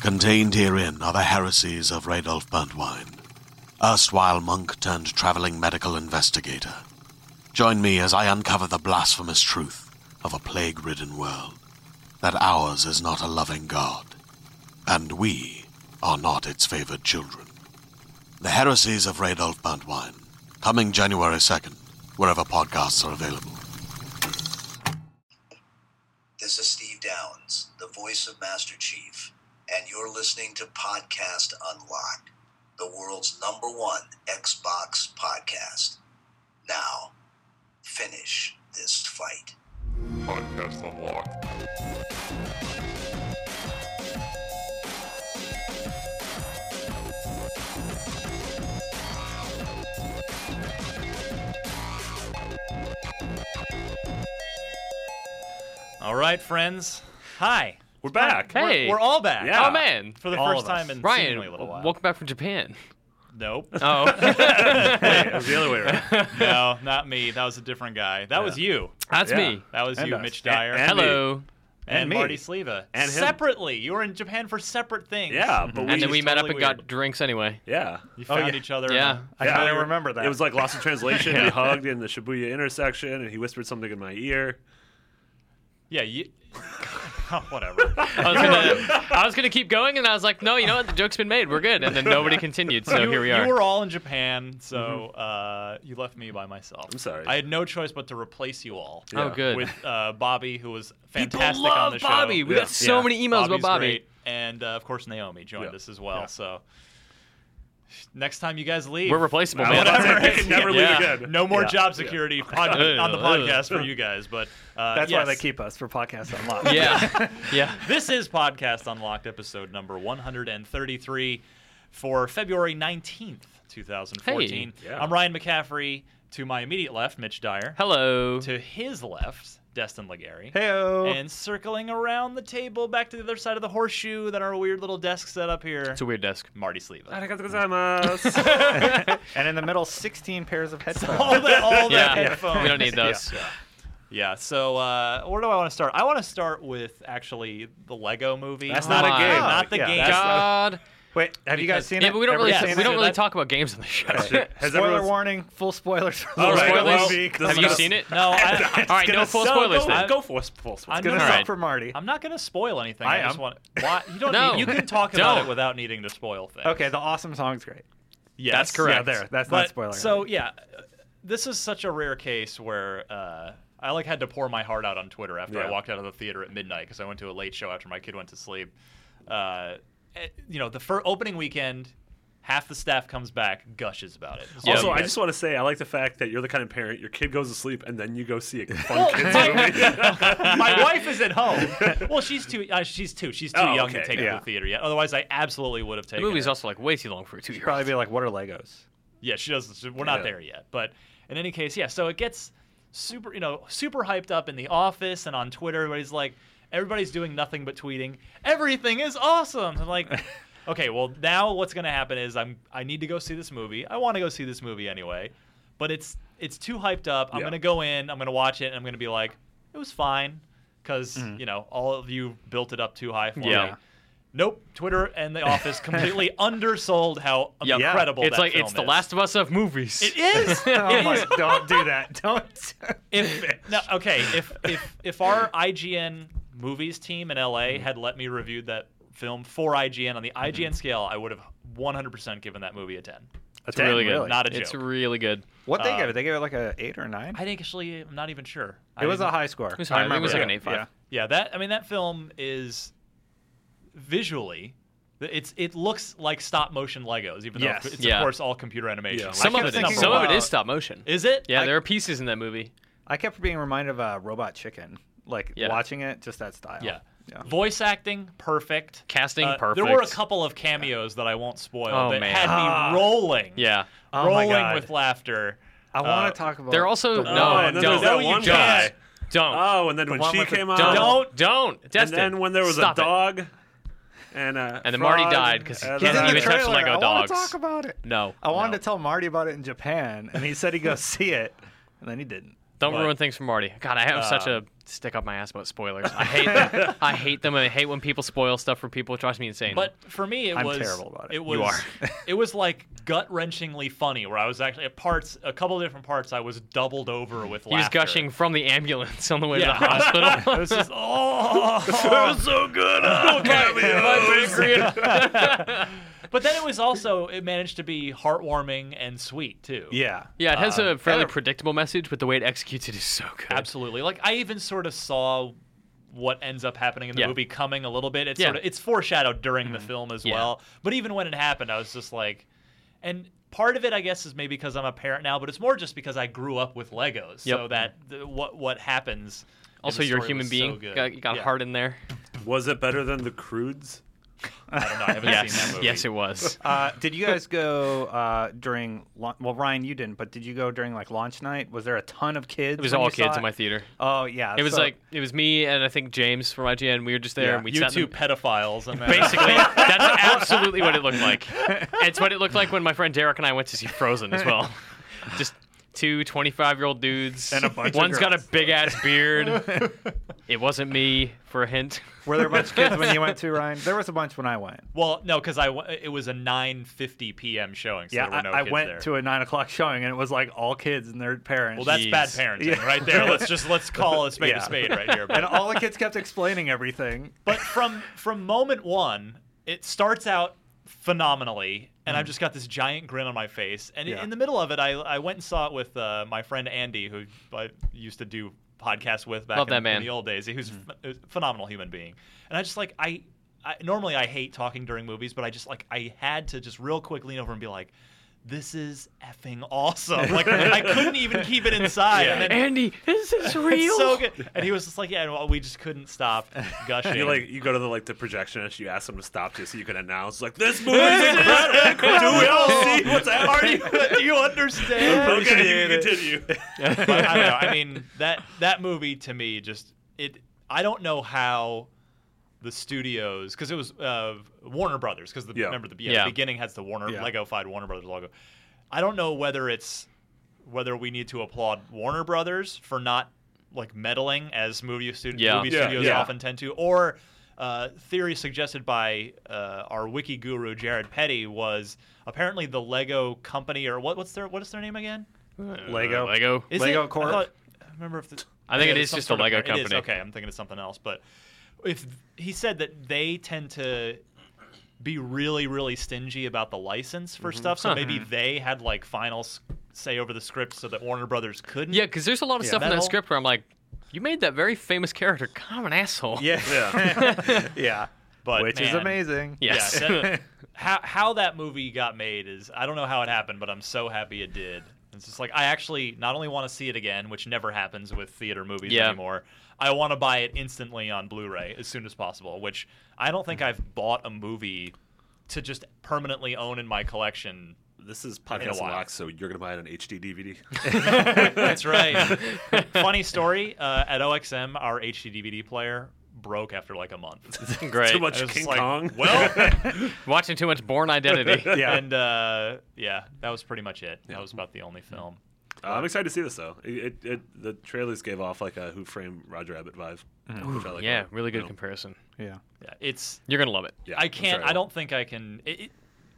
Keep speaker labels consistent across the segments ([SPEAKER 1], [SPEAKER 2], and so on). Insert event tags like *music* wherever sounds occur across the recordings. [SPEAKER 1] Contained herein are the heresies of Radolf Burntwine, erstwhile monk turned traveling medical investigator. Join me as I uncover the blasphemous truth of a plague ridden world that ours is not a loving God, and we are not its favored children. The heresies of Radolf Burntwine, coming January 2nd, wherever podcasts are available.
[SPEAKER 2] This is Steve Downs, the voice of Master Chief, and you're listening to Podcast Unlocked, the world's number one Xbox podcast. Now, finish this fight.
[SPEAKER 3] Podcast Unlocked.
[SPEAKER 4] All right, friends. Hi.
[SPEAKER 3] We're back.
[SPEAKER 4] We're-
[SPEAKER 5] Hey.
[SPEAKER 4] We're, all back.
[SPEAKER 3] Yeah.
[SPEAKER 5] Oh man.
[SPEAKER 4] For the
[SPEAKER 3] All
[SPEAKER 4] first
[SPEAKER 3] of us.
[SPEAKER 4] time in
[SPEAKER 5] Ryan,
[SPEAKER 4] seemingly a little while.
[SPEAKER 5] welcome back from Japan.
[SPEAKER 4] nope. *laughs*
[SPEAKER 5] Oh,
[SPEAKER 3] *laughs* Wait, it was the other way around.
[SPEAKER 4] no, not me. That was a different guy. That was you.
[SPEAKER 5] that's
[SPEAKER 3] Yeah.
[SPEAKER 5] me.
[SPEAKER 4] That was
[SPEAKER 3] And
[SPEAKER 4] you,
[SPEAKER 3] us.
[SPEAKER 4] Mitch
[SPEAKER 3] A-
[SPEAKER 4] Dyer.
[SPEAKER 3] and me.
[SPEAKER 5] Hello.
[SPEAKER 4] And,
[SPEAKER 3] me.
[SPEAKER 4] Marty Sleva.
[SPEAKER 3] And him.
[SPEAKER 4] Separately. You were in Japan for separate things.
[SPEAKER 3] Yeah, but we
[SPEAKER 5] and then
[SPEAKER 3] just-
[SPEAKER 5] we met
[SPEAKER 4] totally
[SPEAKER 5] up and
[SPEAKER 4] weird.
[SPEAKER 5] got drinks anyway.
[SPEAKER 3] Yeah.
[SPEAKER 4] You found
[SPEAKER 3] Oh, yeah.
[SPEAKER 4] each other.
[SPEAKER 5] Yeah.
[SPEAKER 4] in a-
[SPEAKER 3] I
[SPEAKER 4] I kinda remember that.
[SPEAKER 3] It was like lost in translation. We hugged in the Shibuya intersection, and he whispered something in my ear.
[SPEAKER 4] Yeah, you. Oh, *laughs* whatever.
[SPEAKER 5] I was, gonna, I was gonna keep going, and I was like, no, you know what? The joke's been made. We're good. And then nobody continued, so
[SPEAKER 4] you,
[SPEAKER 5] here we
[SPEAKER 4] you
[SPEAKER 5] are.
[SPEAKER 4] were all in Japan, so uh, you left me by myself.
[SPEAKER 3] I'm sorry.
[SPEAKER 4] I had no choice but to replace you all.
[SPEAKER 5] Oh, good.
[SPEAKER 4] With uh, Bobby, who was
[SPEAKER 5] People
[SPEAKER 4] fantastic
[SPEAKER 5] love
[SPEAKER 4] on the show.
[SPEAKER 5] Bobby. We
[SPEAKER 3] Yeah.
[SPEAKER 5] got so
[SPEAKER 3] Yeah.
[SPEAKER 5] many
[SPEAKER 4] Bobby's
[SPEAKER 5] emails about Bobby.
[SPEAKER 4] great. And uh, of course, Naomi joined
[SPEAKER 3] Yeah.
[SPEAKER 4] us as well.
[SPEAKER 3] Yeah.
[SPEAKER 4] So next time you guys leave, *laughs*
[SPEAKER 5] We're replaceable,
[SPEAKER 3] Wow,
[SPEAKER 5] man.
[SPEAKER 3] that's
[SPEAKER 4] Whatever.
[SPEAKER 3] it. We can never
[SPEAKER 5] Yeah.
[SPEAKER 3] leave again.
[SPEAKER 4] No more
[SPEAKER 3] Yeah.
[SPEAKER 4] job
[SPEAKER 3] Yeah.
[SPEAKER 4] security
[SPEAKER 3] *laughs*
[SPEAKER 4] pod- on the podcast for you guys, but uh,
[SPEAKER 6] That's why
[SPEAKER 4] yes.
[SPEAKER 6] they keep us for podcast unlocked.
[SPEAKER 5] *laughs* Yeah, yeah.
[SPEAKER 4] *laughs* This is Podcast Unlocked, episode number 133 for February 19th, 2014.
[SPEAKER 3] Hey. Yeah.
[SPEAKER 4] I'm Ryan McCaffrey. To my immediate left, Mitch Dyer.
[SPEAKER 5] Hello.
[SPEAKER 4] To his left, Destin Legary.
[SPEAKER 6] Heyo.
[SPEAKER 4] And circling around the table back to the other side of the horseshoe that our weird little desk set up here,
[SPEAKER 5] It's a weird desk.
[SPEAKER 4] Marty Sleva.
[SPEAKER 3] Arigato
[SPEAKER 6] *laughs*
[SPEAKER 3] gozaimasu.
[SPEAKER 6] And in the middle, 16 pairs of
[SPEAKER 4] All
[SPEAKER 6] headphones.
[SPEAKER 4] that, all that
[SPEAKER 5] Yeah,
[SPEAKER 4] headphones.
[SPEAKER 5] we don't need those.
[SPEAKER 4] Yeah, so uh, where do I want to start? I want to start with actually the Lego movie.
[SPEAKER 3] That's
[SPEAKER 5] not a
[SPEAKER 4] Come on.
[SPEAKER 5] game.
[SPEAKER 4] Not the
[SPEAKER 6] Yeah,
[SPEAKER 4] game.
[SPEAKER 6] that's-
[SPEAKER 5] God.
[SPEAKER 6] Wait, have you guys seen
[SPEAKER 5] Yeah,
[SPEAKER 6] it?
[SPEAKER 5] but we don't really
[SPEAKER 6] Everybody
[SPEAKER 4] Yes.
[SPEAKER 6] seen
[SPEAKER 5] we
[SPEAKER 6] it?
[SPEAKER 5] don't really
[SPEAKER 6] That-
[SPEAKER 5] talk about games on the show.
[SPEAKER 3] Has
[SPEAKER 6] Spoiler
[SPEAKER 3] everyone-
[SPEAKER 6] warning, full spoilers. for the
[SPEAKER 3] All
[SPEAKER 6] Lego
[SPEAKER 3] right,
[SPEAKER 5] Spoilers?
[SPEAKER 3] well,
[SPEAKER 6] movie.
[SPEAKER 3] this
[SPEAKER 5] Have
[SPEAKER 3] is
[SPEAKER 5] you
[SPEAKER 3] gonna-
[SPEAKER 5] seen it? *laughs*
[SPEAKER 4] No, I,
[SPEAKER 5] All right, no full
[SPEAKER 3] So
[SPEAKER 5] spoilers
[SPEAKER 3] go,
[SPEAKER 5] then.
[SPEAKER 3] Go for it. Full spoilers.
[SPEAKER 4] I'm
[SPEAKER 6] Gonna
[SPEAKER 4] not-
[SPEAKER 5] All
[SPEAKER 6] suck
[SPEAKER 5] right.
[SPEAKER 6] for Marty.
[SPEAKER 4] I'm not going to spoil anything.
[SPEAKER 6] I
[SPEAKER 4] I, just
[SPEAKER 6] am.
[SPEAKER 4] want. Why, you
[SPEAKER 5] *laughs*
[SPEAKER 4] don't.
[SPEAKER 5] No.
[SPEAKER 4] Need, you can talk about
[SPEAKER 5] Don't.
[SPEAKER 4] it without needing to spoil things.
[SPEAKER 6] Okay, the awesome song's great.
[SPEAKER 4] Yes.
[SPEAKER 5] That's correct.
[SPEAKER 6] Yeah, there. That's
[SPEAKER 4] But,
[SPEAKER 6] not spoiling.
[SPEAKER 4] So yeah, uh, this is such a rare case where uh, I like had to pour my heart out on Twitter after
[SPEAKER 3] Yeah.
[SPEAKER 4] I walked out of the theater at midnight because I went to a late show after my kid went to sleep. Uh, eh, you know, the fir- opening weekend, half the staff comes back, gushes about it. So
[SPEAKER 3] Also,
[SPEAKER 4] you
[SPEAKER 3] I
[SPEAKER 4] guys-
[SPEAKER 3] just want to say I like the fact that you're the kind of parent your kid goes to sleep and then you go
[SPEAKER 5] *laughs*
[SPEAKER 3] see a fun kids movie.
[SPEAKER 6] *laughs*
[SPEAKER 4] *laughs* my wife is at home. Well, she's too. Uh, she's too. She's too
[SPEAKER 3] Oh,
[SPEAKER 4] young to
[SPEAKER 3] okay,
[SPEAKER 4] take it
[SPEAKER 6] yeah.
[SPEAKER 4] to the theater yet. Otherwise, I absolutely would have
[SPEAKER 5] The
[SPEAKER 4] taken.
[SPEAKER 5] movie's
[SPEAKER 4] it.
[SPEAKER 5] also like way too long for a two year
[SPEAKER 6] probably be like, what are Legos?
[SPEAKER 4] Yeah, she doesn't. she- We're not
[SPEAKER 3] Yeah.
[SPEAKER 4] there yet. But in any case, yeah. So it gets super, you know, super hyped up in the office and on Twitter. Everybody's like, everybody's doing nothing but tweeting. Everything is awesome. I'm like,
[SPEAKER 6] *laughs*
[SPEAKER 4] okay, well now what's gonna happen is I'm I need to go see this movie. I want to go see this movie anyway, but it's it's too hyped up. I'm
[SPEAKER 3] Yeah.
[SPEAKER 4] gonna go in. I'm gonna watch it. and I'm gonna be like, it was fine, because
[SPEAKER 6] Mm-hmm.
[SPEAKER 4] you know all of you built it up too high for me.
[SPEAKER 5] Yeah.
[SPEAKER 4] Nope, Twitter and the office
[SPEAKER 5] *laughs*
[SPEAKER 4] completely undersold how
[SPEAKER 5] Yep.
[SPEAKER 4] incredible
[SPEAKER 5] It's
[SPEAKER 4] that
[SPEAKER 5] like
[SPEAKER 4] film
[SPEAKER 5] it's the
[SPEAKER 4] is.
[SPEAKER 5] Last of Us of movies.
[SPEAKER 4] It
[SPEAKER 5] *laughs*
[SPEAKER 4] is.
[SPEAKER 6] Oh my, don't do that. *laughs* Don't.
[SPEAKER 4] if no, okay, if if if our IGN movies team in LA
[SPEAKER 5] Mm-hmm.
[SPEAKER 4] had let me review that film for IGN on the IGN scale, I would have 100% given that movie a 10.
[SPEAKER 6] It's
[SPEAKER 5] really good.
[SPEAKER 4] Not a
[SPEAKER 5] It's
[SPEAKER 4] joke.
[SPEAKER 5] really good.
[SPEAKER 6] What they give it? They gave it like a eight or nine.
[SPEAKER 4] I think actually, I'm not even sure.
[SPEAKER 6] It was a
[SPEAKER 4] didn't-
[SPEAKER 6] high score. It
[SPEAKER 5] was high. I think it was like an eight five.
[SPEAKER 4] Yeah, that I mean that film is visually th- it's it looks like stop motion Legos, even
[SPEAKER 6] Yes.
[SPEAKER 4] though it's
[SPEAKER 5] Yeah.
[SPEAKER 4] of course all computer animation.
[SPEAKER 3] Yeah.
[SPEAKER 5] Some
[SPEAKER 6] I
[SPEAKER 5] of
[SPEAKER 6] kept
[SPEAKER 5] it
[SPEAKER 6] thinking
[SPEAKER 5] is. Some of it
[SPEAKER 6] about-
[SPEAKER 5] is stop motion.
[SPEAKER 4] Is it?
[SPEAKER 5] Yeah,
[SPEAKER 4] I-
[SPEAKER 5] there are pieces in that movie.
[SPEAKER 6] I kept being reminded of uh, Robot Chicken, like
[SPEAKER 5] Yeah.
[SPEAKER 6] watching it, just that style.
[SPEAKER 4] yeah.
[SPEAKER 6] yeah.
[SPEAKER 4] Voice acting, perfect. Uh,
[SPEAKER 5] Casting,
[SPEAKER 6] Uh,
[SPEAKER 4] There were a
[SPEAKER 5] perfect.
[SPEAKER 4] couple of cameos that I won't spoil
[SPEAKER 5] Oh,
[SPEAKER 4] that
[SPEAKER 5] man.
[SPEAKER 4] had me rolling.
[SPEAKER 5] *gasps* Yeah.
[SPEAKER 6] Oh my
[SPEAKER 4] rolling
[SPEAKER 6] God.
[SPEAKER 4] with laughter.
[SPEAKER 6] I want
[SPEAKER 4] Uh,
[SPEAKER 6] to talk about.
[SPEAKER 5] They're also
[SPEAKER 6] the-
[SPEAKER 3] Oh,
[SPEAKER 5] no.
[SPEAKER 3] and then
[SPEAKER 5] Don't
[SPEAKER 3] there's that
[SPEAKER 4] No, you
[SPEAKER 3] one
[SPEAKER 4] don't.
[SPEAKER 3] guy.
[SPEAKER 5] don't.
[SPEAKER 3] Oh, and then when
[SPEAKER 6] one
[SPEAKER 3] she
[SPEAKER 6] with the
[SPEAKER 3] came
[SPEAKER 6] dog.
[SPEAKER 3] out,
[SPEAKER 5] Don't don't.
[SPEAKER 3] and
[SPEAKER 5] Destin,
[SPEAKER 3] then when there was
[SPEAKER 5] stop
[SPEAKER 3] a
[SPEAKER 5] it.
[SPEAKER 3] dog, and uh,
[SPEAKER 5] And then Marty
[SPEAKER 3] frog,
[SPEAKER 5] died 'cause he
[SPEAKER 3] and
[SPEAKER 6] He's
[SPEAKER 5] Doesn't
[SPEAKER 3] then-
[SPEAKER 6] in the
[SPEAKER 5] even touch
[SPEAKER 6] trailer.
[SPEAKER 5] Lego
[SPEAKER 6] I wanna
[SPEAKER 5] dogs.
[SPEAKER 6] talk about it.
[SPEAKER 5] No.
[SPEAKER 6] I wanted
[SPEAKER 5] no.
[SPEAKER 6] to tell Marty about it in Japan, and he said he'd go *laughs* see it, and then he didn't. Um,
[SPEAKER 5] Don't
[SPEAKER 4] But-
[SPEAKER 5] ruin things for Marty. God, I have such a stick up my ass about spoilers.
[SPEAKER 6] *laughs*
[SPEAKER 5] I hate them. I hate them, and I hate when people spoil stuff for people. It drives me
[SPEAKER 4] *laughs*
[SPEAKER 5] insane.
[SPEAKER 4] But for me, it
[SPEAKER 6] I'm
[SPEAKER 4] was
[SPEAKER 6] terrible about it.
[SPEAKER 4] was
[SPEAKER 6] You are.
[SPEAKER 4] *laughs* it was like gut wrenchingly funny. Where I was actually at parts, a couple of different parts, I was doubled over with
[SPEAKER 5] he was
[SPEAKER 4] laughter. *laughs*
[SPEAKER 5] gushing from the ambulance on the way
[SPEAKER 4] Yeah.
[SPEAKER 5] to the hospital.
[SPEAKER 4] it *laughs* was
[SPEAKER 3] *laughs*
[SPEAKER 4] just
[SPEAKER 5] *laughs*
[SPEAKER 4] oh.
[SPEAKER 6] *laughs*
[SPEAKER 3] so good. *laughs* Oh,
[SPEAKER 4] *laughs* But then it was also it managed to be heartwarming and sweet too.
[SPEAKER 6] Yeah.
[SPEAKER 5] yeah, it has
[SPEAKER 4] Um,
[SPEAKER 5] a fairly
[SPEAKER 6] I-
[SPEAKER 5] predictable message, but the way it executes it is so good.
[SPEAKER 4] absolutely. Like I even sort of saw what ends up happening in the
[SPEAKER 5] Yeah.
[SPEAKER 4] movie coming a little bit. It's
[SPEAKER 5] Yeah. Mm-hmm.
[SPEAKER 4] sort of it's foreshadowed during the film as
[SPEAKER 5] Yeah.
[SPEAKER 4] well. But even when it happened, I was just like, and part of it I guess is maybe because I'm a parent now, but it's more just because I grew up with Legos, so
[SPEAKER 5] Yep.
[SPEAKER 4] that the, what what happens. in
[SPEAKER 5] Also,
[SPEAKER 4] the
[SPEAKER 5] you're a
[SPEAKER 4] story
[SPEAKER 5] human
[SPEAKER 4] was so
[SPEAKER 5] being.
[SPEAKER 4] good.
[SPEAKER 5] got you got
[SPEAKER 4] Yeah.
[SPEAKER 5] heart in there.
[SPEAKER 3] Was it better than the Crudes?
[SPEAKER 4] Oh, I don't know. I haven't seen that
[SPEAKER 5] Yes,
[SPEAKER 4] movie.
[SPEAKER 5] yes, it was.
[SPEAKER 6] *laughs* Uh, did you guys go uh, during? lau- Well, Ryan, you didn't, but did you go during like launch night? Was there a ton of kids?
[SPEAKER 5] It was
[SPEAKER 6] when
[SPEAKER 5] all
[SPEAKER 6] you saw
[SPEAKER 5] kids in
[SPEAKER 6] it?
[SPEAKER 5] my theater.
[SPEAKER 6] Oh yeah.
[SPEAKER 5] It was
[SPEAKER 6] so-
[SPEAKER 5] like it was me and I think James from IGN. We were just there
[SPEAKER 6] Yeah.
[SPEAKER 5] and we
[SPEAKER 4] You
[SPEAKER 5] sat in
[SPEAKER 4] two
[SPEAKER 5] the-
[SPEAKER 4] pedophiles.
[SPEAKER 5] *laughs*
[SPEAKER 4] And then-
[SPEAKER 5] Basically, that's absolutely what it looked like. It's what it looked like when my friend Derek and I went to see Frozen as
[SPEAKER 4] *laughs*
[SPEAKER 5] well. Just two 25 year old dudes.
[SPEAKER 6] And a bunch of
[SPEAKER 5] One's got a
[SPEAKER 6] girls.
[SPEAKER 5] big ass
[SPEAKER 4] *laughs*
[SPEAKER 5] beard. it wasn't me, for a hint.
[SPEAKER 6] Were there a bunch of kids when you went to
[SPEAKER 5] *laughs*
[SPEAKER 6] Ryan? There was a bunch when I went.
[SPEAKER 4] *laughs* Well, no, because I w- it was a 9:50 p.m. showing, so
[SPEAKER 6] Yeah,
[SPEAKER 4] there were no
[SPEAKER 6] I, I
[SPEAKER 4] kids
[SPEAKER 6] went
[SPEAKER 4] there.
[SPEAKER 6] to a nine o'clock showing, and it was like all kids and their parents.
[SPEAKER 4] well, that's bad
[SPEAKER 5] Jeez.
[SPEAKER 4] parenting
[SPEAKER 5] *laughs*
[SPEAKER 6] Yeah.
[SPEAKER 4] right there. Let's just let's call a spade
[SPEAKER 6] Yeah.
[SPEAKER 4] a spade right here.
[SPEAKER 6] and
[SPEAKER 4] But,
[SPEAKER 6] all the kids kept explaining everything.
[SPEAKER 4] but from from moment one, it starts out phenomenally, and I've just got this giant grin on my face. And
[SPEAKER 6] Yeah.
[SPEAKER 4] in the middle of it, I I went and saw it with uh, my friend Andy, who I used to do podcasts with back
[SPEAKER 5] Love
[SPEAKER 4] in,
[SPEAKER 5] that
[SPEAKER 4] in
[SPEAKER 5] man.
[SPEAKER 4] the old days. He was a ph- a phenomenal human being, and I just like I. I, normally I hate talking during movies, but I just like I had to just real quick lean over and be like, "This is effing awesome!" Like I couldn't even keep it
[SPEAKER 5] *laughs*
[SPEAKER 4] inside. And then
[SPEAKER 5] Andy, this is
[SPEAKER 4] *laughs*
[SPEAKER 5] real.
[SPEAKER 4] it's so good. And he was just like, yeah, well, we just couldn't stop gushing.
[SPEAKER 3] *laughs* You like you go to the like the projectionist, you ask them to stop just so you can announce like this
[SPEAKER 6] *laughs*
[SPEAKER 3] movie's incredible. Do we all see what's
[SPEAKER 4] Are
[SPEAKER 3] happening?
[SPEAKER 4] you, *laughs* do you understand?
[SPEAKER 3] Okay, you can continue.
[SPEAKER 4] *laughs* But I don't know. I mean, that that movie to me just it. I don't know how the studios because it was uh, Warner Brothers because the
[SPEAKER 3] Yeah.
[SPEAKER 4] remember the, yeah,
[SPEAKER 5] Yeah.
[SPEAKER 4] the beginning has the Warner
[SPEAKER 6] Yeah.
[SPEAKER 4] Lego fied Warner Brothers logo. I don't know whether it's whether we need to applaud Warner Brothers for not like meddling as movie, stu-
[SPEAKER 5] Yeah.
[SPEAKER 4] movie
[SPEAKER 3] Yeah,
[SPEAKER 4] studios
[SPEAKER 3] yeah.
[SPEAKER 4] often tend to, or uh, theory suggested by uh, our wiki guru Jared Petty was apparently the Lego company or what, what's their what is their name again?
[SPEAKER 6] Lego.
[SPEAKER 5] Uh, Lego.
[SPEAKER 4] Is
[SPEAKER 6] Lego
[SPEAKER 4] it?
[SPEAKER 6] Corp?
[SPEAKER 4] I, thought- I remember if the,
[SPEAKER 5] I think it
[SPEAKER 4] yeah,
[SPEAKER 5] is
[SPEAKER 4] some
[SPEAKER 5] just
[SPEAKER 4] sort of-
[SPEAKER 5] a Lego
[SPEAKER 4] it is,
[SPEAKER 5] company.
[SPEAKER 4] okay, I'm thinking of something else, but if he said that they tend to be really really stingy about the license for
[SPEAKER 6] Mm-hmm.
[SPEAKER 4] stuff, so
[SPEAKER 5] Huh.
[SPEAKER 4] maybe they had like final s- say over the script so that Warner Brothers couldn't.
[SPEAKER 5] Yeah, because there's a lot of stuff in that
[SPEAKER 4] Metal.
[SPEAKER 5] script where I'm like, you made that very famous character kind of an asshole.
[SPEAKER 6] Yeah,
[SPEAKER 3] *laughs*
[SPEAKER 6] yeah,
[SPEAKER 4] but
[SPEAKER 6] which is
[SPEAKER 4] man,
[SPEAKER 6] amazing.
[SPEAKER 5] Yes.
[SPEAKER 4] Yeah,
[SPEAKER 5] *laughs*
[SPEAKER 4] that- how how that movie got made is I don't know how it happened, but I'm so happy it did. It's just like I actually not only want to see it again, which never happens with theater movies
[SPEAKER 5] Yeah.
[SPEAKER 4] anymore. I want to buy it instantly on Blu-ray as soon as possible, which I don't think I've bought a movie to just permanently own in my collection.
[SPEAKER 3] This is
[SPEAKER 4] In a
[SPEAKER 3] podcast
[SPEAKER 4] while.
[SPEAKER 3] unlocked, so you're gonna buy it on HD DVD.
[SPEAKER 4] That's right. *laughs* Funny story. Uh, at OXM, our HD DVD player broke after like a month.
[SPEAKER 5] *laughs* Great.
[SPEAKER 3] Too
[SPEAKER 4] I
[SPEAKER 3] much
[SPEAKER 4] was
[SPEAKER 3] King
[SPEAKER 4] like,
[SPEAKER 3] Kong.
[SPEAKER 4] *laughs* Well,
[SPEAKER 5] Watching too much
[SPEAKER 4] *laughs*
[SPEAKER 5] Born Identity.
[SPEAKER 6] Yeah.
[SPEAKER 4] and uh, yeah, that was pretty much it. That was about the only film.
[SPEAKER 3] Uh, I'm excited to see this though. It, it, it the trailers gave off like a Who Framed Roger Rabbit vibe. which I like a
[SPEAKER 5] yeah,
[SPEAKER 3] lot,
[SPEAKER 5] really
[SPEAKER 3] you
[SPEAKER 5] good
[SPEAKER 3] know.
[SPEAKER 5] comparison.
[SPEAKER 6] yeah.
[SPEAKER 4] Yeah, it's
[SPEAKER 5] You're gonna love it.
[SPEAKER 3] Yeah,
[SPEAKER 4] I
[SPEAKER 3] I'm
[SPEAKER 4] can't.
[SPEAKER 3] sure
[SPEAKER 4] I
[SPEAKER 3] will.
[SPEAKER 4] don't think I can. It, it,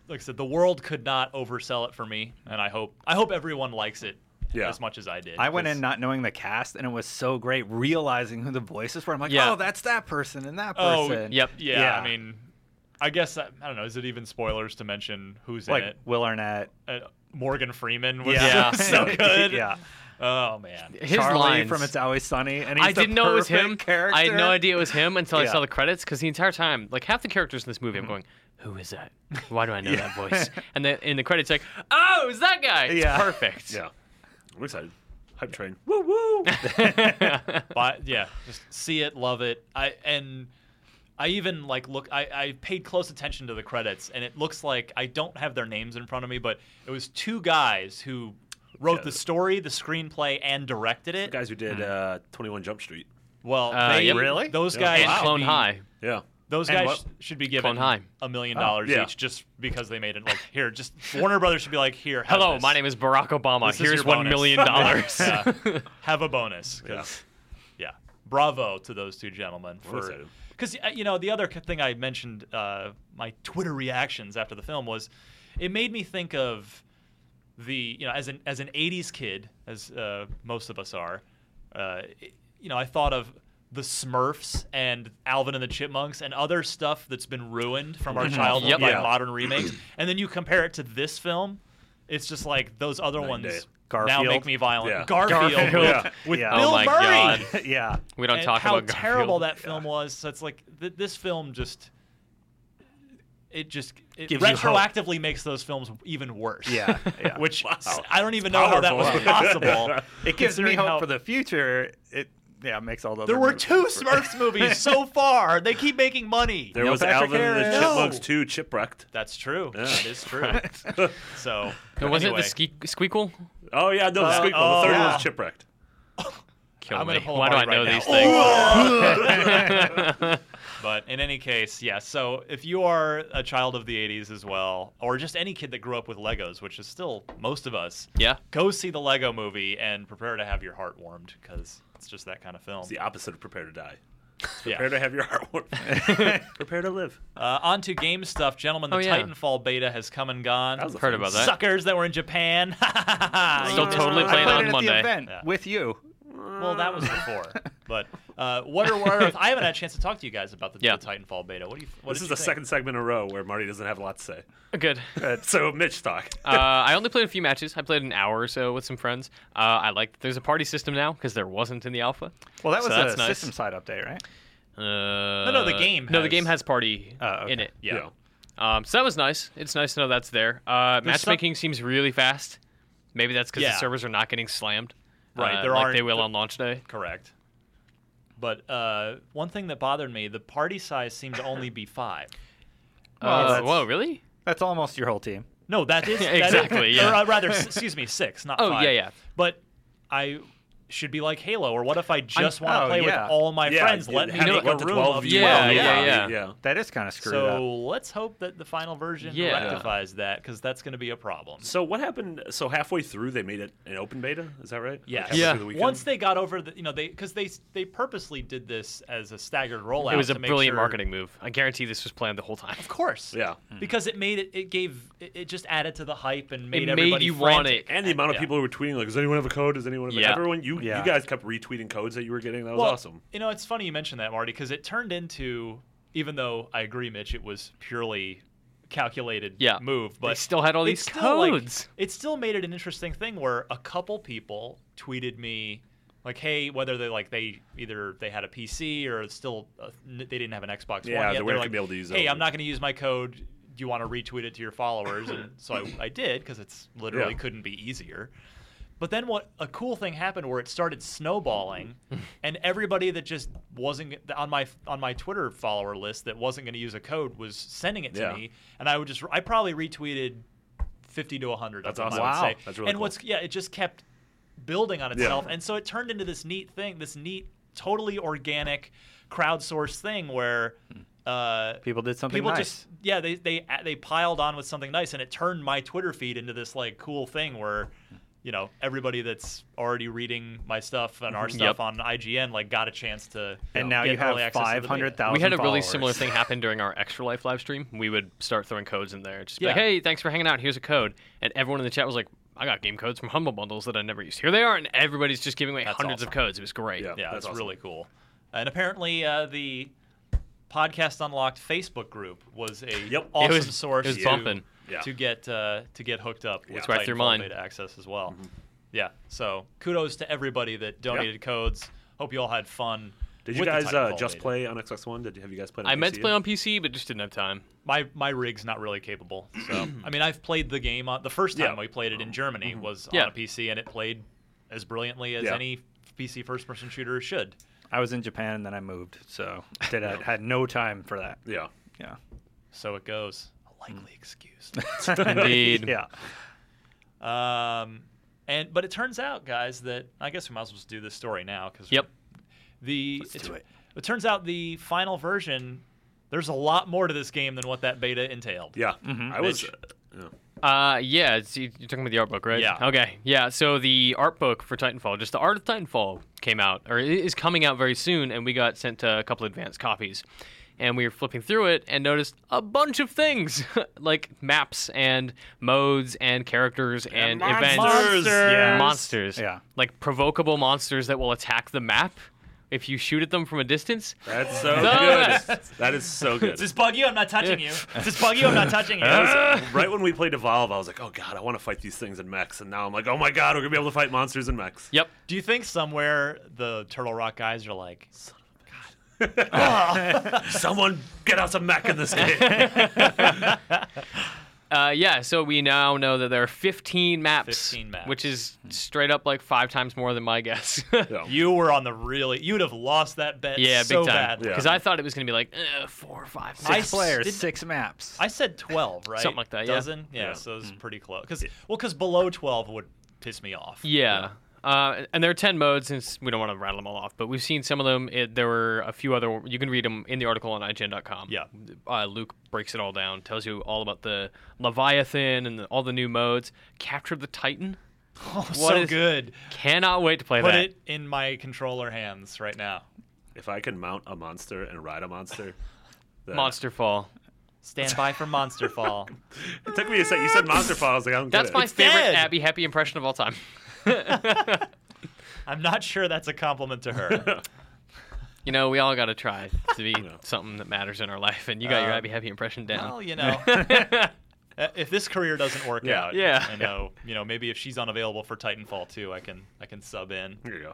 [SPEAKER 4] like I said, the world could not oversell it for me, and I hope I hope everyone likes it
[SPEAKER 3] Yeah.
[SPEAKER 4] as much as I did.
[SPEAKER 6] I went
[SPEAKER 4] 'cause-
[SPEAKER 6] in not knowing the cast, and it was so great realizing who the voices were. I'm like,
[SPEAKER 5] Yeah.
[SPEAKER 6] oh, that's that person and that
[SPEAKER 4] Oh,
[SPEAKER 6] person.
[SPEAKER 5] Yep.
[SPEAKER 4] Yeah,
[SPEAKER 6] Yeah.
[SPEAKER 4] I mean, I guess I, I don't know. Is it even spoilers to mention
[SPEAKER 6] *laughs*
[SPEAKER 4] who's
[SPEAKER 6] Like
[SPEAKER 4] in it?
[SPEAKER 6] Will Arnett,
[SPEAKER 4] Uh, Morgan Freeman was *laughs*
[SPEAKER 5] Yeah.
[SPEAKER 4] so
[SPEAKER 6] *laughs*
[SPEAKER 4] good.
[SPEAKER 6] yeah.
[SPEAKER 4] Oh man.
[SPEAKER 5] His
[SPEAKER 6] Charlie
[SPEAKER 5] lines.
[SPEAKER 6] from It's Always Sunny, and he's
[SPEAKER 5] I
[SPEAKER 6] the
[SPEAKER 5] didn't know it was him.
[SPEAKER 6] perfect Character.
[SPEAKER 5] I had no idea it was him until I
[SPEAKER 6] Yeah. Mm-hmm.
[SPEAKER 5] saw the credits because the entire time, like half the characters in this movie, I'm going, "Who is that? Why do I
[SPEAKER 6] *laughs*
[SPEAKER 5] know that voice?" And then in the credits, like, "Oh, it's that guy. It's
[SPEAKER 6] Yeah.
[SPEAKER 5] perfect."
[SPEAKER 3] Yeah. I'm excited. Hype train.
[SPEAKER 6] Woo woo. *laughs*
[SPEAKER 4] but yeah, just see it, love it. I and I even like look. I, I paid close attention to the credits, and it looks like I don't have their names in front of me, but it was two guys who wrote
[SPEAKER 3] Yeah.
[SPEAKER 4] the story, the screenplay, and directed it.
[SPEAKER 3] The guys who did uh, 21 Jump Street.
[SPEAKER 4] well,
[SPEAKER 5] Uh,
[SPEAKER 4] they,
[SPEAKER 5] yep.
[SPEAKER 4] really those
[SPEAKER 3] Yeah.
[SPEAKER 4] guys
[SPEAKER 5] And
[SPEAKER 4] should
[SPEAKER 5] Clone
[SPEAKER 4] be-
[SPEAKER 5] High.
[SPEAKER 3] Yeah.
[SPEAKER 4] Those
[SPEAKER 6] And
[SPEAKER 4] guys
[SPEAKER 6] what-
[SPEAKER 4] sh- should be given
[SPEAKER 5] High.
[SPEAKER 4] a million dollars
[SPEAKER 3] yeah.
[SPEAKER 4] each just because they made it. Like here, just Warner Brothers should be like here. Have
[SPEAKER 5] Hello,
[SPEAKER 4] this.
[SPEAKER 5] my name is Barack Obama.
[SPEAKER 4] This is
[SPEAKER 5] Here's
[SPEAKER 4] your
[SPEAKER 5] one
[SPEAKER 4] bonus."
[SPEAKER 5] million dollars.
[SPEAKER 4] *laughs* Yeah. have a bonus 'cause- yeah. bravo to those two gentlemen
[SPEAKER 3] I'm
[SPEAKER 4] for
[SPEAKER 3] excited.
[SPEAKER 4] because you know the other c- thing i mentioned uh, my twitter reactions after the film was it made me think of the you know as an as an 80s kid as uh, most of us are uh, it- you know i thought of the smurfs and alvin and the chipmunks and other stuff that's been ruined from our childhood
[SPEAKER 5] Yep.
[SPEAKER 4] by
[SPEAKER 3] Mm-hmm. Yeah.
[SPEAKER 4] modern remakes and then you compare it to this film it's just like those other ones
[SPEAKER 3] day.
[SPEAKER 4] now
[SPEAKER 6] Garfield.
[SPEAKER 4] make me violent
[SPEAKER 3] Yeah.
[SPEAKER 4] garfield,
[SPEAKER 5] Garfield.
[SPEAKER 4] with-
[SPEAKER 3] Yeah.
[SPEAKER 4] *laughs* with
[SPEAKER 6] Yeah.
[SPEAKER 4] bill
[SPEAKER 5] oh my
[SPEAKER 4] murray
[SPEAKER 3] *laughs*
[SPEAKER 5] god.
[SPEAKER 6] yeah.
[SPEAKER 5] *laughs* We don't
[SPEAKER 4] and
[SPEAKER 5] talk
[SPEAKER 4] how
[SPEAKER 5] about Garfield.
[SPEAKER 4] terrible that film was. So it's like th- this film just it just it
[SPEAKER 6] Gives you hope.
[SPEAKER 4] retroactively makes those films even worse. *laughs*
[SPEAKER 6] Yeah, yeah.
[SPEAKER 4] which s- I don't even know how that was
[SPEAKER 3] powerful.
[SPEAKER 6] *laughs*
[SPEAKER 4] possible.
[SPEAKER 6] It gives me
[SPEAKER 4] considering
[SPEAKER 6] hope
[SPEAKER 4] how-
[SPEAKER 6] for the future. It yeah makes all the.
[SPEAKER 4] There
[SPEAKER 6] other
[SPEAKER 4] were
[SPEAKER 6] movies
[SPEAKER 4] two
[SPEAKER 6] for-
[SPEAKER 4] Smurfs movies so far. They keep making
[SPEAKER 6] *laughs*
[SPEAKER 4] money.
[SPEAKER 3] There
[SPEAKER 6] No
[SPEAKER 3] was
[SPEAKER 6] Patrick
[SPEAKER 3] Alvin and the
[SPEAKER 6] Harris.
[SPEAKER 3] Chipmunks
[SPEAKER 4] No.
[SPEAKER 3] 2 Chipwrecked.
[SPEAKER 4] That's true.
[SPEAKER 3] Yeah.
[SPEAKER 4] That
[SPEAKER 6] *laughs*
[SPEAKER 4] is true. so
[SPEAKER 5] No, was
[SPEAKER 4] anyway,
[SPEAKER 5] it the ske- Squeakle?
[SPEAKER 3] Oh, yeah. No, the,
[SPEAKER 4] Uh,
[SPEAKER 3] squeak
[SPEAKER 4] oh,
[SPEAKER 3] the third
[SPEAKER 4] yeah.
[SPEAKER 3] one was Chipwrecked.
[SPEAKER 5] Kill
[SPEAKER 4] I'm
[SPEAKER 5] me.
[SPEAKER 4] gonna pull
[SPEAKER 5] Why do I
[SPEAKER 4] apart
[SPEAKER 5] know
[SPEAKER 4] right
[SPEAKER 5] these
[SPEAKER 4] now.
[SPEAKER 5] things? *laughs*
[SPEAKER 4] But in any case, yeah. So if you are a child of the 80s as well, or just any kid that grew up with Legos, which is still most of us,
[SPEAKER 5] Yeah.
[SPEAKER 4] go see the Lego movie and prepare to have your heart warmed because it's just that kind of film.
[SPEAKER 3] It's the opposite of prepare to die. *laughs*
[SPEAKER 4] Yeah.
[SPEAKER 3] Prepare to have your heart warmed. prepare to live.
[SPEAKER 4] Uh, on to game stuff, gentlemen. The
[SPEAKER 5] Oh, yeah.
[SPEAKER 4] Titanfall beta has come and gone.
[SPEAKER 3] That was a
[SPEAKER 5] Heard
[SPEAKER 3] fun-
[SPEAKER 5] about that.
[SPEAKER 4] Suckers that were in Japan. *laughs*
[SPEAKER 5] Still totally
[SPEAKER 6] I
[SPEAKER 5] playing
[SPEAKER 6] played
[SPEAKER 5] on
[SPEAKER 6] it at
[SPEAKER 5] Monday.
[SPEAKER 6] the event
[SPEAKER 4] Yeah.
[SPEAKER 6] with you.
[SPEAKER 4] well, that was before.
[SPEAKER 3] *laughs*
[SPEAKER 4] But uh, what are what are, I haven't had a chance to talk to you guys about the,
[SPEAKER 5] Yeah.
[SPEAKER 4] the Titanfall beta. What do you? What
[SPEAKER 3] This
[SPEAKER 4] did
[SPEAKER 3] is
[SPEAKER 4] you
[SPEAKER 3] the
[SPEAKER 4] think?
[SPEAKER 3] second segment in a row where Marty doesn't have a lot to *laughs* say.
[SPEAKER 6] *laughs*
[SPEAKER 5] Good.
[SPEAKER 3] So, Mitch, talk.
[SPEAKER 5] Uh, I only played a few matches. I played an hour or so with some friends. Uh, I like that there's a party system now because there wasn't in the alpha.
[SPEAKER 6] Well, that was
[SPEAKER 5] so that's
[SPEAKER 6] a
[SPEAKER 5] nice.
[SPEAKER 6] system side update, right?
[SPEAKER 5] Uh,
[SPEAKER 4] no, the game
[SPEAKER 5] No, the
[SPEAKER 4] has-
[SPEAKER 5] game has party
[SPEAKER 6] Oh, okay.
[SPEAKER 5] in it.
[SPEAKER 4] Yeah.
[SPEAKER 3] You know,
[SPEAKER 5] Um, so that was nice. It's nice to know that's there. Uh,
[SPEAKER 4] There's some-
[SPEAKER 5] matchmaking seems really fast. Maybe that's because
[SPEAKER 4] Yeah.
[SPEAKER 5] the servers are not getting slammed.
[SPEAKER 4] Right,
[SPEAKER 5] uh,
[SPEAKER 4] there
[SPEAKER 5] like
[SPEAKER 4] aren't-
[SPEAKER 5] they will on launch day.
[SPEAKER 4] Correct. But uh, one thing that bothered me, the party size seemed to only
[SPEAKER 5] *laughs*
[SPEAKER 4] be five.
[SPEAKER 5] Uh,
[SPEAKER 6] that's-
[SPEAKER 5] whoa, really?
[SPEAKER 6] That's almost your whole team.
[SPEAKER 4] No, that is that is-
[SPEAKER 5] Exactly, yeah.
[SPEAKER 4] Or uh, rather, s- excuse me, six, not
[SPEAKER 5] Oh,
[SPEAKER 4] five.
[SPEAKER 5] yeah, yeah.
[SPEAKER 4] But I should be like Halo, or what if I just want to
[SPEAKER 6] oh,
[SPEAKER 4] play
[SPEAKER 6] yeah.
[SPEAKER 4] with all my
[SPEAKER 3] yeah,
[SPEAKER 4] friends?
[SPEAKER 3] you
[SPEAKER 4] Let me
[SPEAKER 3] have
[SPEAKER 5] know,
[SPEAKER 4] make
[SPEAKER 3] it go
[SPEAKER 4] a
[SPEAKER 3] to
[SPEAKER 4] room
[SPEAKER 3] 12
[SPEAKER 4] of
[SPEAKER 3] you
[SPEAKER 5] Yeah,
[SPEAKER 3] want.
[SPEAKER 5] yeah, yeah.
[SPEAKER 3] yeah.
[SPEAKER 6] That is kind of screwed up.
[SPEAKER 4] So let's hope that the final version
[SPEAKER 5] Yeah.
[SPEAKER 4] rectifies that, because that's going to be a problem.
[SPEAKER 3] So what happened? So halfway through, they made it an open beta. Is that right? Like
[SPEAKER 4] Yes.
[SPEAKER 3] halfway
[SPEAKER 5] Yeah.
[SPEAKER 3] through the weekend?
[SPEAKER 4] Once they got over the, you know, they because they they purposely did this as a staggered rollout.
[SPEAKER 5] It was a
[SPEAKER 4] to make
[SPEAKER 5] brilliant
[SPEAKER 4] sure-
[SPEAKER 5] marketing move. I guarantee this was planned the whole time. *laughs*
[SPEAKER 4] Of course.
[SPEAKER 3] Yeah.
[SPEAKER 4] Because it made it, it gave, it, it just added to the hype and made
[SPEAKER 5] made
[SPEAKER 4] everybody
[SPEAKER 5] you want
[SPEAKER 4] frantic.
[SPEAKER 5] it.
[SPEAKER 3] and the amount of
[SPEAKER 4] Yeah.
[SPEAKER 3] people who were tweeting like, "Does anyone have a code? Does anyone have
[SPEAKER 5] Yeah.
[SPEAKER 3] a everyone?" You
[SPEAKER 6] Yeah.
[SPEAKER 3] you guys kept retweeting codes that you were getting. That was
[SPEAKER 4] Well,
[SPEAKER 3] awesome.
[SPEAKER 4] You know, it's funny you mentioned that, Marty, because it turned into, even though I agree, Mitch, it was purely calculated
[SPEAKER 5] Yeah.
[SPEAKER 4] move, but
[SPEAKER 5] still had all
[SPEAKER 4] it
[SPEAKER 5] these
[SPEAKER 4] still, like-
[SPEAKER 5] codes.
[SPEAKER 4] it still made it an interesting thing where a couple people tweeted me like, "Hey, whether they like they either they had a PC or still uh, n- they didn't have an Xbox One yet."
[SPEAKER 3] Yeah, they weren't
[SPEAKER 4] They're
[SPEAKER 3] gonna
[SPEAKER 4] like,
[SPEAKER 3] be able to use
[SPEAKER 4] "Hey,
[SPEAKER 3] those.
[SPEAKER 4] I'm not going to use my code. Do you want to retweet it to your followers?" And so I, I did because it's literally
[SPEAKER 3] *laughs* Yeah.
[SPEAKER 4] couldn't be easier. But then what a cool thing happened where it started
[SPEAKER 3] *laughs*
[SPEAKER 4] snowballing and everybody that just wasn't on my on my Twitter follower list that wasn't going to use a code was sending it to
[SPEAKER 3] Yeah.
[SPEAKER 4] me and I would just I probably retweeted 50 to 100
[SPEAKER 3] That's
[SPEAKER 4] of them, I
[SPEAKER 3] awesome.
[SPEAKER 4] would
[SPEAKER 3] Wow.
[SPEAKER 4] say.
[SPEAKER 3] That's really
[SPEAKER 4] and
[SPEAKER 3] cool.
[SPEAKER 4] what's yeah, it just kept building on itself and so it turned into this neat thing, this neat totally organic crowdsourced thing where
[SPEAKER 3] Hmm.
[SPEAKER 4] uh,
[SPEAKER 6] People did something
[SPEAKER 4] people
[SPEAKER 6] nice.
[SPEAKER 4] just yeah they they they piled on with something nice and it turned my twitter feed into this like cool thing where you know everybody that's already reading my stuff
[SPEAKER 6] *laughs*
[SPEAKER 4] and our stuff
[SPEAKER 5] Yep.
[SPEAKER 4] on ign like got a chance to
[SPEAKER 6] and now you
[SPEAKER 4] get early
[SPEAKER 6] have
[SPEAKER 4] access to the
[SPEAKER 6] five
[SPEAKER 4] beta.
[SPEAKER 6] hundred thousand.
[SPEAKER 5] We had a really
[SPEAKER 4] *laughs*
[SPEAKER 5] similar thing happen during our Extra Life live stream. We would start throwing codes in there. Just be like,
[SPEAKER 4] Yeah.
[SPEAKER 5] hey, thanks for hanging out. Here's a code. And everyone in the chat was like, I got game codes from Humble Bundles that I never used. Here they are. And everybody's just giving away
[SPEAKER 4] That's
[SPEAKER 5] hundreds of
[SPEAKER 4] awesome.
[SPEAKER 5] codes. It was great.
[SPEAKER 3] Yeah.
[SPEAKER 4] yeah that's
[SPEAKER 3] That's awesome.
[SPEAKER 4] really cool and apparently uh, the podcast unlocked facebook group was a
[SPEAKER 3] Yep. It
[SPEAKER 4] awesome
[SPEAKER 5] was-
[SPEAKER 4] source
[SPEAKER 5] it was
[SPEAKER 4] to
[SPEAKER 5] bumping.
[SPEAKER 3] Yeah.
[SPEAKER 4] to get uh, to get hooked up. with
[SPEAKER 3] It's
[SPEAKER 5] right through
[SPEAKER 4] Titanfall
[SPEAKER 5] mine.
[SPEAKER 4] Beta access as well.
[SPEAKER 3] Mm-hmm.
[SPEAKER 4] Yeah. So kudos to everybody that donated codes. Hope you all had fun.
[SPEAKER 3] Did you
[SPEAKER 4] with the
[SPEAKER 3] guys uh,
[SPEAKER 4] Titanfall
[SPEAKER 3] just
[SPEAKER 4] beta.
[SPEAKER 3] play on Xbox One? Did you, have you guys played? On
[SPEAKER 5] I meant
[SPEAKER 3] PC
[SPEAKER 5] to play
[SPEAKER 3] yet?
[SPEAKER 5] on PC, but just didn't have time.
[SPEAKER 4] my my rig's not really capable.
[SPEAKER 3] *clears throat*
[SPEAKER 4] So I mean, I've played the game on the first time
[SPEAKER 3] Yeah. Mm-hmm.
[SPEAKER 4] we played it in Germany was
[SPEAKER 5] Yeah.
[SPEAKER 4] on a PC, and it played as brilliantly as
[SPEAKER 3] Yeah.
[SPEAKER 4] any PC first-person shooter should.
[SPEAKER 6] I was in Japan and then I moved, so did I had no time for that.
[SPEAKER 3] Yeah.
[SPEAKER 6] Yeah.
[SPEAKER 4] So it goes. A
[SPEAKER 3] Mm.
[SPEAKER 4] likely
[SPEAKER 3] *laughs*
[SPEAKER 4] excuse.
[SPEAKER 5] Indeed.
[SPEAKER 6] Yeah.
[SPEAKER 4] um, and but it turns out, guys, that I guess we might as well just do this story now because
[SPEAKER 5] Yep.
[SPEAKER 4] the it's- it turns out the final version. There's a lot more to this game than what that beta entailed.
[SPEAKER 3] Yeah. I was.
[SPEAKER 4] Mitch.
[SPEAKER 3] uh, yeah.
[SPEAKER 5] Uh, yeah, it's, you- you're talking about the art book, right?
[SPEAKER 4] Yeah.
[SPEAKER 5] Okay. Yeah. So the art book for Titanfall, just the art of Titanfall, came out or i- is coming out very soon, and we got sent uh, a couple advanced copies, and we were flipping through it and noticed a bunch of things *laughs* like maps and modes and characters and, events,
[SPEAKER 3] monsters!
[SPEAKER 6] Yeah.
[SPEAKER 5] monsters,
[SPEAKER 6] Yeah.
[SPEAKER 5] like provocable monsters that will attack the map if you shoot at them from a distance.
[SPEAKER 3] That's *laughs* so
[SPEAKER 5] Yes.
[SPEAKER 3] good. That is so good.
[SPEAKER 4] Is this bug you? I'm not touching you. Is this bug you? I'm not touching
[SPEAKER 5] *laughs*
[SPEAKER 4] you.
[SPEAKER 5] Ah.
[SPEAKER 3] right when we played Evolve, I was like, oh god, I want to fight these things in mechs, and now I'm like, oh my god, we're gonna be able to fight monsters in mechs.
[SPEAKER 5] Yep.
[SPEAKER 4] Do you think somewhere the Turtle Rock guys are like,
[SPEAKER 3] Someone get us a mech in this game.
[SPEAKER 5] Uh, yeah, so we now know that there are 15 maps,
[SPEAKER 4] 15 maps.
[SPEAKER 5] which is straight up like five times more than my guess.
[SPEAKER 3] Hmm.
[SPEAKER 5] *laughs*
[SPEAKER 3] Yeah.
[SPEAKER 4] you were on the really, you'd have lost that bet
[SPEAKER 5] yeah, big
[SPEAKER 4] so
[SPEAKER 5] time.
[SPEAKER 4] badly.
[SPEAKER 3] Yeah.
[SPEAKER 5] Because I thought it was going to be like uh, four or five.
[SPEAKER 4] I
[SPEAKER 5] six.
[SPEAKER 6] Six players,
[SPEAKER 4] did-
[SPEAKER 6] six maps.
[SPEAKER 4] I said 12, right?
[SPEAKER 5] Something like that, yeah. Mm.
[SPEAKER 4] Dozen? Yeah,
[SPEAKER 3] Yeah.
[SPEAKER 4] so it was pretty close. Cause, well, because below 12 would piss me off.
[SPEAKER 5] yeah. Uh, and there are 10 modes, and s- we don't want to rattle them all off, but we've seen some of them. It, there were a few other, you can read them in the article on IGN.com.
[SPEAKER 4] Yeah.
[SPEAKER 5] Uh, Luke breaks it all down, tells you all about the Leviathan and the, all the new modes. Capture the Titan.
[SPEAKER 4] Oh,
[SPEAKER 5] What
[SPEAKER 4] so
[SPEAKER 5] is-
[SPEAKER 4] good.
[SPEAKER 5] Cannot wait to play
[SPEAKER 4] Put
[SPEAKER 5] that.
[SPEAKER 4] it in my controller hands right now.
[SPEAKER 3] if I can mount a monster and ride a monster, then-
[SPEAKER 5] Monster Fall.
[SPEAKER 4] Stand by for Monster *laughs* Fall.
[SPEAKER 3] It took me a second. You said monster fall. I was like, I don't
[SPEAKER 5] That's
[SPEAKER 3] get
[SPEAKER 5] my
[SPEAKER 3] it.
[SPEAKER 5] favorite
[SPEAKER 4] dead.
[SPEAKER 5] Abby Happy impression of
[SPEAKER 4] *laughs*
[SPEAKER 5] all time. *laughs*
[SPEAKER 4] I'm not sure that's a compliment to her.
[SPEAKER 5] You know, we all got to try
[SPEAKER 4] *laughs*
[SPEAKER 5] to be something that matters in our life, and you got your Abby Happy impression down.
[SPEAKER 4] Uh, well,
[SPEAKER 5] *laughs*
[SPEAKER 4] you know. uh, If this career doesn't work
[SPEAKER 3] Yeah.
[SPEAKER 4] out,
[SPEAKER 5] Yeah.
[SPEAKER 4] I know. You know, maybe if she's unavailable for Titanfall 2, I can I can sub in.
[SPEAKER 3] Here you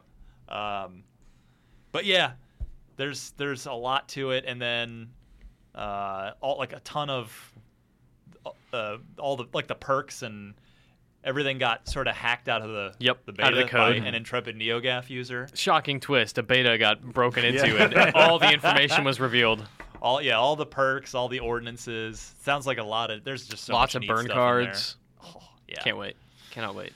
[SPEAKER 3] go.
[SPEAKER 4] Um, but yeah, there's there's a lot to it, and then uh, all like a ton of uh, all the like the perks and everything got sort of hacked out of the
[SPEAKER 5] Yep,
[SPEAKER 4] the beta
[SPEAKER 5] out of the code.
[SPEAKER 4] by an intrepid NeoGaf user.
[SPEAKER 5] Shocking twist: a beta got broken into,
[SPEAKER 4] *laughs*
[SPEAKER 5] and all the information was revealed.
[SPEAKER 4] All yeah, all the perks, all the ordinances. Sounds like a lot of there's just so
[SPEAKER 5] Lots
[SPEAKER 4] much
[SPEAKER 5] of
[SPEAKER 4] neat
[SPEAKER 5] burn
[SPEAKER 4] stuff in
[SPEAKER 5] cards.
[SPEAKER 4] there. Oh, yeah.
[SPEAKER 5] Can't wait. Cannot wait.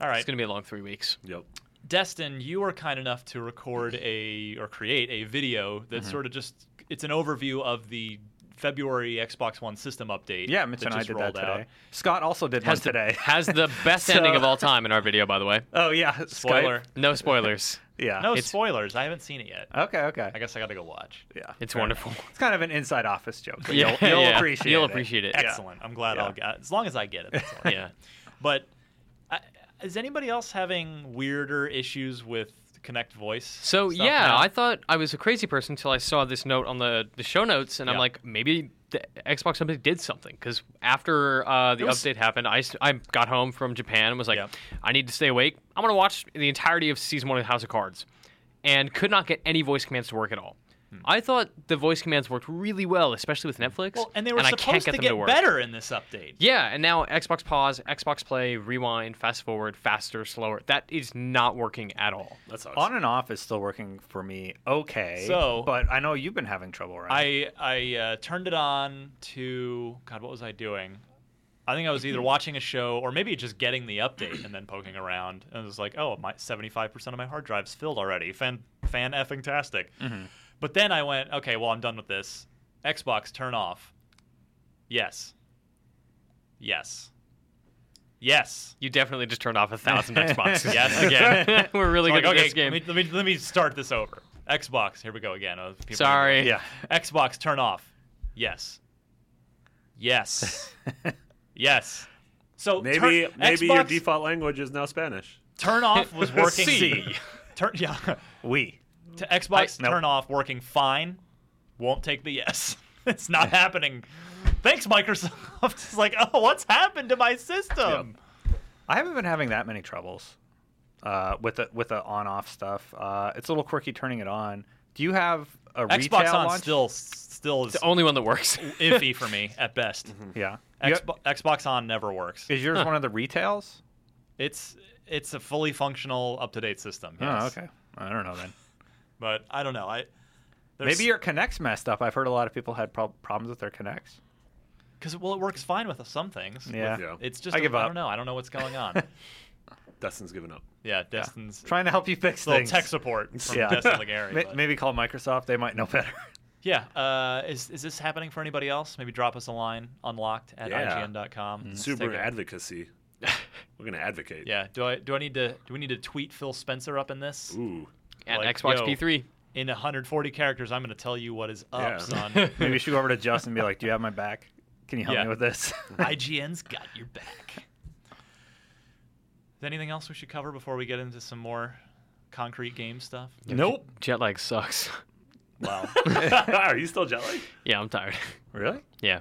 [SPEAKER 4] All right,
[SPEAKER 5] It's gonna be a long three weeks.
[SPEAKER 3] Yep.
[SPEAKER 4] Destin, you were kind enough to record a or create a video that
[SPEAKER 6] Mm-hmm.
[SPEAKER 4] sort of just it's an overview of the February Xbox One system update.
[SPEAKER 6] yeah, Mitch
[SPEAKER 4] that
[SPEAKER 6] and I
[SPEAKER 4] just
[SPEAKER 6] did that
[SPEAKER 4] rolled
[SPEAKER 6] today.
[SPEAKER 4] out.
[SPEAKER 6] Scott also did one
[SPEAKER 5] Has
[SPEAKER 6] today.
[SPEAKER 5] *laughs* the
[SPEAKER 4] *laughs*
[SPEAKER 5] has the best ending of all time in our video, by the way.
[SPEAKER 6] oh yeah, Skype. Ah,
[SPEAKER 4] Spoiler.
[SPEAKER 5] No spoilers.
[SPEAKER 6] Yeah.
[SPEAKER 4] No
[SPEAKER 5] It's-
[SPEAKER 4] spoilers. I haven't seen it yet.
[SPEAKER 6] Okay. Okay.
[SPEAKER 4] I guess I got to go watch.
[SPEAKER 6] Uh, yeah.
[SPEAKER 5] It's
[SPEAKER 6] Fair enough.
[SPEAKER 5] wonderful.
[SPEAKER 6] It's kind of an inside office joke. But
[SPEAKER 5] *laughs* Yeah,
[SPEAKER 6] you'll, you'll
[SPEAKER 5] yeah.
[SPEAKER 6] appreciate
[SPEAKER 5] You'll
[SPEAKER 6] it.
[SPEAKER 5] appreciate it.
[SPEAKER 4] Excellent. I'm glad I'll get as long as I get it.
[SPEAKER 6] *laughs*
[SPEAKER 4] That's all right.
[SPEAKER 5] Yeah.
[SPEAKER 4] But I, is anybody else having weirder issues with Connect Voice?
[SPEAKER 5] So
[SPEAKER 4] stuff
[SPEAKER 5] yeah,
[SPEAKER 4] now?
[SPEAKER 5] I thought I was a crazy person until I saw this note on the, the show notes, and I'm
[SPEAKER 4] Yeah.
[SPEAKER 5] like, maybe the Xbox update did something because after uh, the
[SPEAKER 4] was-
[SPEAKER 5] update happened, I, s- I got home from Japan and was like,
[SPEAKER 4] Yeah.
[SPEAKER 5] I need to stay awake. I'm gonna watch the entirety of season one of House of Cards, and could not get any voice commands to work at all.
[SPEAKER 4] Hmm.
[SPEAKER 5] I thought the voice commands worked really well, especially with Netflix.
[SPEAKER 4] well, and they were
[SPEAKER 5] I
[SPEAKER 4] supposed
[SPEAKER 5] can't get
[SPEAKER 4] to
[SPEAKER 5] them
[SPEAKER 4] get
[SPEAKER 5] to work.
[SPEAKER 4] better in this update.
[SPEAKER 5] Yeah, and now Xbox pause, Xbox play, rewind, fast forward, faster, slower. That is not working at all.
[SPEAKER 3] That sucks.
[SPEAKER 6] On and off is still working for me. Okay.
[SPEAKER 4] So-
[SPEAKER 6] but I know you've been having trouble, right?
[SPEAKER 4] I I uh, turned it on to God. What was I doing? I think I was
[SPEAKER 5] *laughs*
[SPEAKER 4] either watching a show or maybe just getting the update and then poking around. And it was like, oh, my seventy-five percent of my hard drive's filled already. Fan fan effing tastic.
[SPEAKER 5] Mm-hmm.
[SPEAKER 4] But then I went, okay, well I'm done with this. Xbox, turn off. Yes. Yes. Yes.
[SPEAKER 5] You definitely just turned off a *laughs* thousand Xboxes.
[SPEAKER 4] *laughs* Yes.
[SPEAKER 5] again. *laughs* We're really
[SPEAKER 4] Like,
[SPEAKER 5] good at
[SPEAKER 4] okay,
[SPEAKER 5] this game.
[SPEAKER 4] Let, me, let me let me start this over. Xbox, here we go again. Oh, people-
[SPEAKER 5] Sorry.
[SPEAKER 6] yeah.
[SPEAKER 4] Xbox, turn off. Yes.
[SPEAKER 6] *laughs*
[SPEAKER 4] Yes. yes. So
[SPEAKER 3] Maybe
[SPEAKER 4] turn,
[SPEAKER 3] maybe
[SPEAKER 4] Xbox,
[SPEAKER 3] your default language is now Spanish.
[SPEAKER 4] turn off
[SPEAKER 6] *laughs*
[SPEAKER 4] was working.
[SPEAKER 6] C.
[SPEAKER 4] *laughs* Turn yeah.
[SPEAKER 6] We.
[SPEAKER 4] To Xbox
[SPEAKER 6] I- nope.
[SPEAKER 4] turn off working fine. Won't take the yes. *laughs* it's not happening. Thanks, Microsoft. *laughs* It's like, oh, what's happened to my system?
[SPEAKER 6] I haven't been having that many troubles uh, with the with the on off stuff. Uh, it's a little quirky turning it on. Do you have a retail
[SPEAKER 4] Xbox On
[SPEAKER 6] launch?
[SPEAKER 4] still still is
[SPEAKER 5] The only one that works. *laughs*
[SPEAKER 6] *laughs*
[SPEAKER 4] iffy for me at best.
[SPEAKER 3] Mm-hmm.
[SPEAKER 6] Yeah. You ha-
[SPEAKER 4] Xbo- Xbox On never works.
[SPEAKER 6] is yours one of the retails?
[SPEAKER 4] It's it's a fully functional, up to date system. Yes.
[SPEAKER 6] Oh, okay. I don't know then.
[SPEAKER 4] But I don't know. I
[SPEAKER 6] Maybe your Kinect's messed up. I've heard a lot of people had prob- problems with their Kinects.
[SPEAKER 4] because well, it works fine with some things.
[SPEAKER 6] Yeah.
[SPEAKER 3] Yeah.
[SPEAKER 4] It's just
[SPEAKER 6] I give
[SPEAKER 4] I
[SPEAKER 6] up.
[SPEAKER 4] don't know. I don't know what's
[SPEAKER 6] *laughs*
[SPEAKER 4] going on.
[SPEAKER 3] Dustin's giving up.
[SPEAKER 4] yeah, Destin's
[SPEAKER 6] Trying to help you fix
[SPEAKER 4] little
[SPEAKER 6] things. *laughs*
[SPEAKER 4] tech support from
[SPEAKER 6] Yeah.
[SPEAKER 4] Destin Legary.
[SPEAKER 6] Ma-
[SPEAKER 4] but-
[SPEAKER 6] maybe call Microsoft. They might know better.
[SPEAKER 4] Yeah. Uh, is is this happening for anybody else? Maybe drop us a line unlocked at
[SPEAKER 3] Yeah.
[SPEAKER 4] ign.com.
[SPEAKER 6] Mm-hmm.
[SPEAKER 4] Let's
[SPEAKER 3] Super
[SPEAKER 4] take a- *laughs*
[SPEAKER 3] advocacy. We're gonna advocate.
[SPEAKER 4] Yeah. Do I do I need to do we need to tweet Phil Spencer up in this?
[SPEAKER 3] Ooh.
[SPEAKER 5] At
[SPEAKER 4] Like,
[SPEAKER 5] Xbox
[SPEAKER 4] yo.
[SPEAKER 5] P3.
[SPEAKER 4] In 140 characters, I'm going to tell you what is up,
[SPEAKER 6] *laughs*
[SPEAKER 3] Yeah.
[SPEAKER 4] son.
[SPEAKER 6] Maybe you should go over to Justin and be like, "Do you have my back? Can you help
[SPEAKER 4] Yeah.
[SPEAKER 6] me with this?" *laughs*
[SPEAKER 4] IGN's got your back. Is there anything else we should cover before we get into some more concrete game stuff?
[SPEAKER 6] nope.
[SPEAKER 5] Jet lag sucks. *laughs*
[SPEAKER 3] Wow. Are you still jet lagged?
[SPEAKER 5] yeah, I'm tired. *laughs*
[SPEAKER 6] Really?
[SPEAKER 5] Yeah.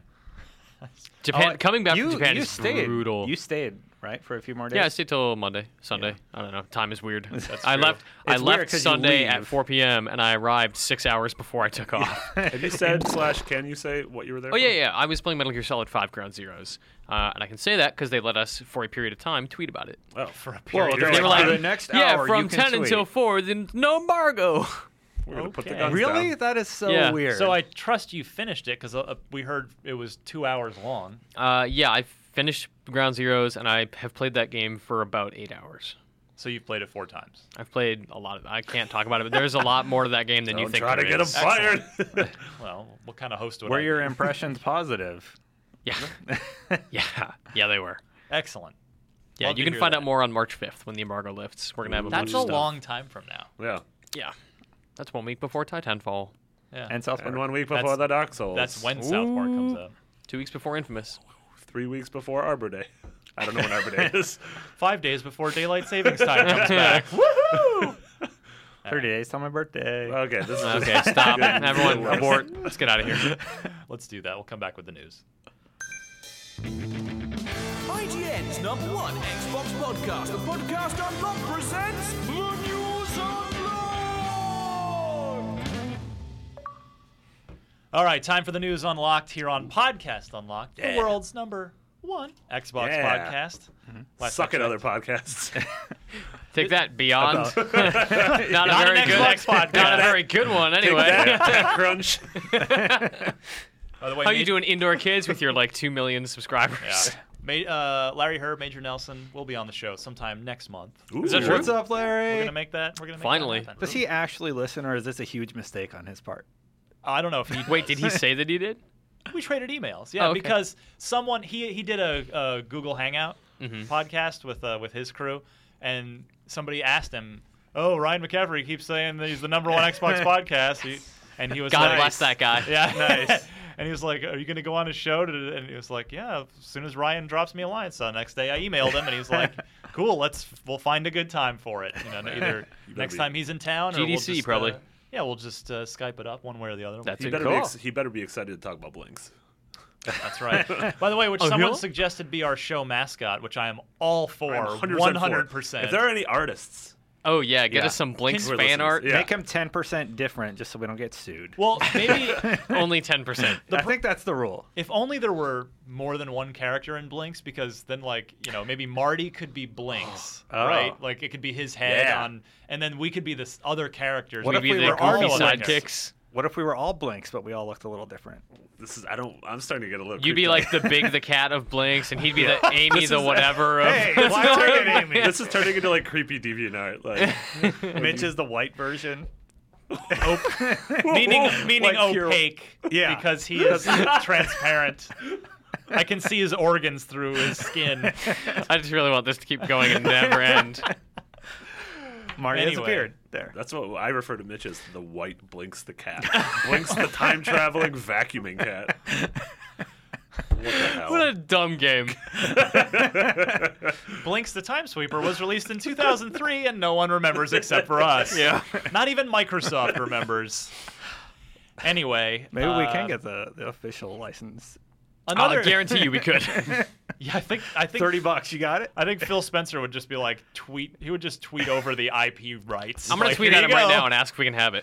[SPEAKER 5] Japan coming back
[SPEAKER 6] Oh, you
[SPEAKER 5] from Japan
[SPEAKER 6] you
[SPEAKER 5] is
[SPEAKER 6] stayed.
[SPEAKER 5] brutal.
[SPEAKER 6] You stayed right for a few more days.
[SPEAKER 5] yeah, I stayed till Monday, Sunday. I don't know. Time is weird. I
[SPEAKER 6] true.
[SPEAKER 5] left. I
[SPEAKER 6] It's weird
[SPEAKER 5] left
[SPEAKER 6] 'cause you
[SPEAKER 5] Sunday at
[SPEAKER 6] leave.
[SPEAKER 5] 4 p.m. and I arrived six hours before I took off.
[SPEAKER 3] Have you said slash can you say what you were there?
[SPEAKER 5] Oh yeah, yeah. I was playing Metal Gear Solid Five Ground Zeroes, uh, and I can say that because they let us for a period of time tweet about it.
[SPEAKER 3] Oh, for a
[SPEAKER 6] Well,
[SPEAKER 3] period.
[SPEAKER 6] they're
[SPEAKER 3] They
[SPEAKER 6] like,
[SPEAKER 3] were
[SPEAKER 6] "For the next
[SPEAKER 5] yeah,
[SPEAKER 6] hour,
[SPEAKER 5] from
[SPEAKER 6] you can
[SPEAKER 5] ten until
[SPEAKER 6] tweet."
[SPEAKER 5] four, then no embargo.
[SPEAKER 3] We're gonna put the
[SPEAKER 4] Okay.
[SPEAKER 3] guns
[SPEAKER 6] Really?
[SPEAKER 3] down.
[SPEAKER 6] That is so
[SPEAKER 5] Yeah.
[SPEAKER 6] weird.
[SPEAKER 4] So I trust you finished it because uh, we heard it was two hours long.
[SPEAKER 5] Uh, yeah, I finished Ground Zeroes, and I have played that game for about eight hours.
[SPEAKER 4] So you've played it four times.
[SPEAKER 5] I've played a lot of. I can't talk about it, but there's a lot more to that game than you
[SPEAKER 3] Don't
[SPEAKER 5] think.
[SPEAKER 3] try to
[SPEAKER 5] there
[SPEAKER 3] get him
[SPEAKER 5] is.
[SPEAKER 3] fired.
[SPEAKER 4] Well, what kind of host would
[SPEAKER 6] Were
[SPEAKER 4] I
[SPEAKER 6] your
[SPEAKER 4] be?
[SPEAKER 6] impressions positive?
[SPEAKER 5] Yeah, *laughs* yeah, yeah. They were.
[SPEAKER 4] Excellent.
[SPEAKER 5] Yeah,
[SPEAKER 4] Love
[SPEAKER 5] you
[SPEAKER 4] to
[SPEAKER 5] can
[SPEAKER 4] hear
[SPEAKER 5] find
[SPEAKER 4] that.
[SPEAKER 5] out more on March 5th when the embargo lifts. We're gonna have a bunch
[SPEAKER 4] That's a
[SPEAKER 5] of stuff.
[SPEAKER 4] long time from now.
[SPEAKER 3] *laughs* yeah.
[SPEAKER 5] Yeah, that's one week before Titanfall,
[SPEAKER 4] Yeah.
[SPEAKER 6] And South
[SPEAKER 3] And
[SPEAKER 6] Park.
[SPEAKER 3] one week before
[SPEAKER 4] That's-
[SPEAKER 3] the Dark Souls.
[SPEAKER 4] That's when South Park comes out.
[SPEAKER 5] two weeks before Infamous.
[SPEAKER 3] Three weeks before Arbor Day. I don't know when Arbor
[SPEAKER 4] *laughs*
[SPEAKER 3] Day is.
[SPEAKER 4] Five days before daylight savings time
[SPEAKER 5] *laughs*
[SPEAKER 4] comes back.
[SPEAKER 6] *laughs*
[SPEAKER 3] Woohoo!
[SPEAKER 6] 30 days till my birthday.
[SPEAKER 3] Okay, this is
[SPEAKER 5] *laughs* Okay,
[SPEAKER 3] just-
[SPEAKER 5] stop.
[SPEAKER 3] getting
[SPEAKER 5] Everyone,
[SPEAKER 3] worse.
[SPEAKER 5] abort. Let's get out of here.
[SPEAKER 4] *laughs* Let's do that. We'll come back with the news.
[SPEAKER 7] IGN's number one Xbox podcast, the podcast unlocked presents the news unlocked.
[SPEAKER 4] All right, time for the news unlocked here on Podcast Unlocked, the world's number one Xbox
[SPEAKER 3] Yeah.
[SPEAKER 4] podcast.
[SPEAKER 5] Mm-hmm.
[SPEAKER 4] Last
[SPEAKER 3] Suck
[SPEAKER 4] I
[SPEAKER 3] at other
[SPEAKER 4] checked.
[SPEAKER 3] podcasts.
[SPEAKER 5] Take that, Beyond. *laughs* not a
[SPEAKER 4] Not
[SPEAKER 5] very
[SPEAKER 4] an
[SPEAKER 5] good
[SPEAKER 4] Xbox podcast.
[SPEAKER 5] Not a very good one,
[SPEAKER 3] *laughs*
[SPEAKER 5] *laughs* anyway. *laughs*
[SPEAKER 3] Crunch.
[SPEAKER 4] By the way,
[SPEAKER 5] How
[SPEAKER 4] Ma-
[SPEAKER 5] you doing, indoor kids, with your like two million subscribers?
[SPEAKER 4] Yeah. Ma- uh, Larry Herb, Major Nelson will be on the show sometime next month.
[SPEAKER 3] Is
[SPEAKER 5] that true?
[SPEAKER 6] What's up,
[SPEAKER 4] We're
[SPEAKER 6] Larry?
[SPEAKER 4] gonna make that. We're gonna make
[SPEAKER 5] Finally.
[SPEAKER 4] That happen.
[SPEAKER 6] Does he actually listen, or is this a huge mistake on his part?
[SPEAKER 4] I don't know if he.
[SPEAKER 5] *laughs* Wait, did he say that he did?
[SPEAKER 4] we traded emails. Yeah,
[SPEAKER 5] Oh, okay.
[SPEAKER 4] because someone he he did a, a Google Hangout
[SPEAKER 5] Mm-hmm.
[SPEAKER 4] podcast with uh, with his crew, and somebody asked him, "Oh, Ryan McCaffrey keeps saying that he's the number one
[SPEAKER 5] *laughs*
[SPEAKER 4] Xbox podcast," he, and he was
[SPEAKER 5] God
[SPEAKER 4] like,
[SPEAKER 5] bless that guy. *laughs*
[SPEAKER 4] Yeah, nice. *laughs* and he was like, "Are you going to go on his show?" To, and he was like, "Yeah, as soon as Ryan drops me a line." So the next day, I emailed him, and he was
[SPEAKER 5] *laughs*
[SPEAKER 4] like, "Cool, let's we'll find a good time for it. You know, either next
[SPEAKER 3] be-
[SPEAKER 4] time he's in town, or we'll
[SPEAKER 5] GDC
[SPEAKER 4] just,
[SPEAKER 5] probably.
[SPEAKER 4] uh, yeah, we'll just uh, Skype it up one way or the other.
[SPEAKER 5] That's
[SPEAKER 3] He
[SPEAKER 5] it.
[SPEAKER 3] better,
[SPEAKER 5] Cool.
[SPEAKER 3] be ex- he better be excited to talk about Blinks.
[SPEAKER 4] That's
[SPEAKER 6] *laughs*
[SPEAKER 4] right. By the way, which
[SPEAKER 6] Oh,
[SPEAKER 4] someone
[SPEAKER 5] yeah?
[SPEAKER 4] suggested be our show mascot, which I am all for,
[SPEAKER 3] I'm
[SPEAKER 4] one hundred
[SPEAKER 3] for it.
[SPEAKER 4] percent.
[SPEAKER 3] If there are any artists,
[SPEAKER 5] Oh yeah, get
[SPEAKER 6] Yeah.
[SPEAKER 5] us some Blinks
[SPEAKER 3] We're
[SPEAKER 5] fan
[SPEAKER 3] listeners.
[SPEAKER 5] art.
[SPEAKER 3] Yeah.
[SPEAKER 6] Make him 10% different just so we don't get sued.
[SPEAKER 4] Well,
[SPEAKER 6] *laughs*
[SPEAKER 4] maybe
[SPEAKER 5] Only
[SPEAKER 3] *laughs*
[SPEAKER 5] ten percent.
[SPEAKER 6] I think that's the rule.
[SPEAKER 4] if only there were more than one character in Blinks, because then, like, you know, maybe Marty could be Blinks,
[SPEAKER 6] *gasps* Oh.
[SPEAKER 4] right? Like, it could be his head
[SPEAKER 3] Yeah.
[SPEAKER 4] on, and then we could be this other characters.
[SPEAKER 6] What if
[SPEAKER 5] Maybe
[SPEAKER 6] we
[SPEAKER 5] the
[SPEAKER 6] were all
[SPEAKER 5] goofy
[SPEAKER 6] on that
[SPEAKER 5] sidekicks.
[SPEAKER 6] What if we were all blinks, but we all looked a little different?
[SPEAKER 3] this is I don't. I'm starting to get a little.
[SPEAKER 5] You'd be
[SPEAKER 3] creeped
[SPEAKER 5] like the big the cat of Blinks, and he'd be the Amy the whatever of. *laughs*
[SPEAKER 3] out. Why turn it, Amy? *laughs* This is turning into like creepy deviant art. Like,
[SPEAKER 6] *laughs*
[SPEAKER 5] *laughs*
[SPEAKER 6] Mitch is the white version. *laughs*
[SPEAKER 4] meaning meaning
[SPEAKER 6] Like pure-
[SPEAKER 4] opaque,
[SPEAKER 6] Yeah. *laughs*
[SPEAKER 4] because he is transparent. I can see his organs through his
[SPEAKER 6] *laughs*
[SPEAKER 4] skin.
[SPEAKER 5] I just really want this to keep going and
[SPEAKER 3] *laughs*
[SPEAKER 5] never end.
[SPEAKER 6] Marty has
[SPEAKER 4] Anyway.
[SPEAKER 6] a beard.
[SPEAKER 4] *laughs*
[SPEAKER 6] There.
[SPEAKER 3] that's what I refer to Mitch as the white Blinks the
[SPEAKER 5] *laughs*
[SPEAKER 3] cat. Blinks the time traveling vacuuming cat. What the hell?
[SPEAKER 5] What a dumb game.
[SPEAKER 4] Blinks the Time Sweeper was released
[SPEAKER 6] *laughs*
[SPEAKER 4] in 2003 and no one remembers except for us. Yeah. Not even Microsoft remembers. Anyway,
[SPEAKER 6] Maybe we
[SPEAKER 4] uh,
[SPEAKER 6] can get the, the official license.
[SPEAKER 4] another.
[SPEAKER 5] I guarantee you
[SPEAKER 3] *laughs*
[SPEAKER 5] we could.
[SPEAKER 4] Yeah, I think I think
[SPEAKER 6] Thirty bucks, you got it?
[SPEAKER 4] I think Phil Spencer would just be like tweet. He would just tweet over the IP rights.
[SPEAKER 5] I'm gonna
[SPEAKER 4] Like,
[SPEAKER 5] tweet
[SPEAKER 4] "Here
[SPEAKER 5] at him
[SPEAKER 4] you
[SPEAKER 5] right
[SPEAKER 4] go."
[SPEAKER 5] now and ask if we can have
[SPEAKER 3] Oh,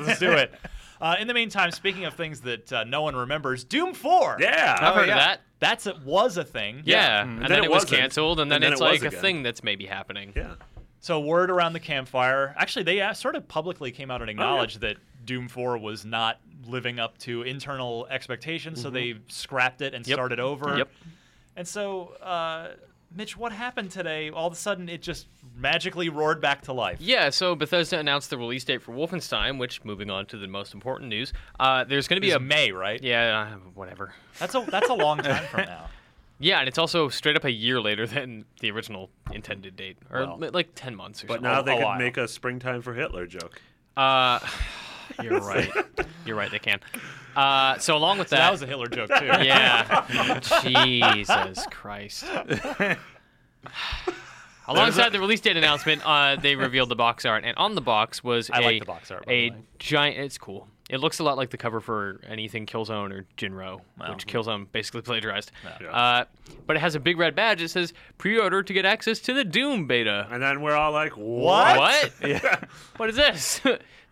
[SPEAKER 4] *laughs* Let's do it. Uh, in the meantime, speaking of things that uh, no one remembers, Doom Four.
[SPEAKER 3] Yeah. Mm.
[SPEAKER 5] I've heard
[SPEAKER 6] yeah.
[SPEAKER 5] of that.
[SPEAKER 4] that's it was a thing.
[SPEAKER 5] Yeah, and, then, it was
[SPEAKER 3] wasn't.
[SPEAKER 5] canceled, and then,
[SPEAKER 3] And then
[SPEAKER 5] it's
[SPEAKER 3] it was
[SPEAKER 5] like a
[SPEAKER 3] again.
[SPEAKER 5] thing that's maybe happening.
[SPEAKER 3] Yeah.
[SPEAKER 4] So word around the campfire. Actually, they uh, sort of publicly came
[SPEAKER 5] Oh,
[SPEAKER 4] out and acknowledged that Doom Four was not living up to internal expectations, so they scrapped it and
[SPEAKER 5] Mm-hmm. Yep.
[SPEAKER 4] started over.
[SPEAKER 5] Yep.
[SPEAKER 4] And so, uh, Mitch, what happened today? All of a sudden, it just magically roared back to life.
[SPEAKER 5] Yeah, so Bethesda announced the release date for Wolfenstein, which, moving on to the most important news, uh, there's going to be
[SPEAKER 4] It's
[SPEAKER 5] a.
[SPEAKER 4] May, right?
[SPEAKER 5] yeah, uh, whatever.
[SPEAKER 4] That's a that's a
[SPEAKER 5] *laughs*
[SPEAKER 4] long time from now.
[SPEAKER 5] Yeah, and it's also straight up a year later *laughs* than the original intended date, or
[SPEAKER 4] Well.
[SPEAKER 5] li- like 10 months or
[SPEAKER 3] But
[SPEAKER 5] something.
[SPEAKER 3] now they
[SPEAKER 4] a
[SPEAKER 3] could
[SPEAKER 4] while.
[SPEAKER 3] make a springtime for Hitler joke.
[SPEAKER 5] Uh, *sighs* you're right. You're right, they can. Uh, so, along
[SPEAKER 3] *laughs*
[SPEAKER 5] with
[SPEAKER 4] So
[SPEAKER 5] that.
[SPEAKER 4] that was a Hitler joke
[SPEAKER 5] *laughs*
[SPEAKER 4] too. *laughs*
[SPEAKER 5] Yeah. Jesus Christ. *laughs* Alongside the release date announcement, uh, they revealed the box art, and on the box was
[SPEAKER 4] I
[SPEAKER 5] a,
[SPEAKER 4] like the box art, by the
[SPEAKER 5] a
[SPEAKER 4] way.
[SPEAKER 5] giant. It's cool. It looks a lot like the cover for anything Killzone or Jinro, which Killzone basically plagiarized.
[SPEAKER 3] Yeah.
[SPEAKER 5] Uh, but it has a big red badge that says "Pre-order to get access to the Doom beta."
[SPEAKER 3] And then we're all like, what?
[SPEAKER 4] What? *laughs*
[SPEAKER 5] What? *laughs* what is this?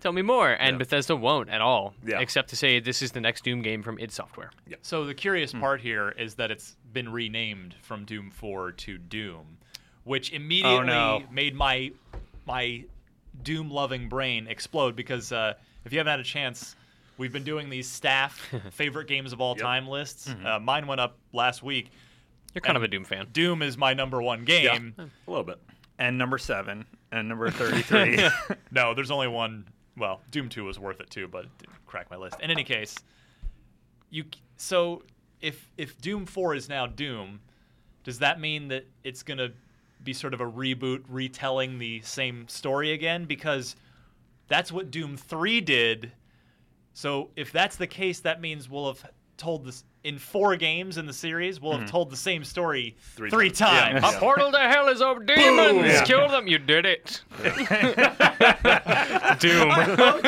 [SPEAKER 5] Tell me more. And Bethesda won't at all,
[SPEAKER 3] Yeah.
[SPEAKER 5] except to say this is the next Doom game from id Software.
[SPEAKER 4] So the curious part here is that it's been renamed from Doom 4 to Doom, which immediately
[SPEAKER 6] no.
[SPEAKER 4] made my my Doom loving brain explode because uh, if you haven't had a chance, we've been doing these staff favorite games of all time lists. Uh, mine went up last week.
[SPEAKER 5] You're kind
[SPEAKER 4] And
[SPEAKER 5] of a Doom fan.
[SPEAKER 4] Doom is my number one game.
[SPEAKER 3] A little bit.
[SPEAKER 6] And number seven and
[SPEAKER 4] *laughs*
[SPEAKER 6] number thirty-three.
[SPEAKER 4] No, there's only one. Well, Doom 2 was worth it too, but it didn't crack my list. In any case, you c- so if if Doom 4 is now Doom, does that mean that it's going to be sort of a reboot retelling the same story again because that's what Doom 3 did. So if that's the case, that means we'll have told this in four games in the series, we'll have told the same story three,
[SPEAKER 3] Mm-hmm. Three
[SPEAKER 4] times.
[SPEAKER 3] times.
[SPEAKER 5] A
[SPEAKER 3] Yeah.
[SPEAKER 5] portal to hell is over demons. Kill them. You did it.
[SPEAKER 6] *laughs*
[SPEAKER 5] Doom.
[SPEAKER 6] oh,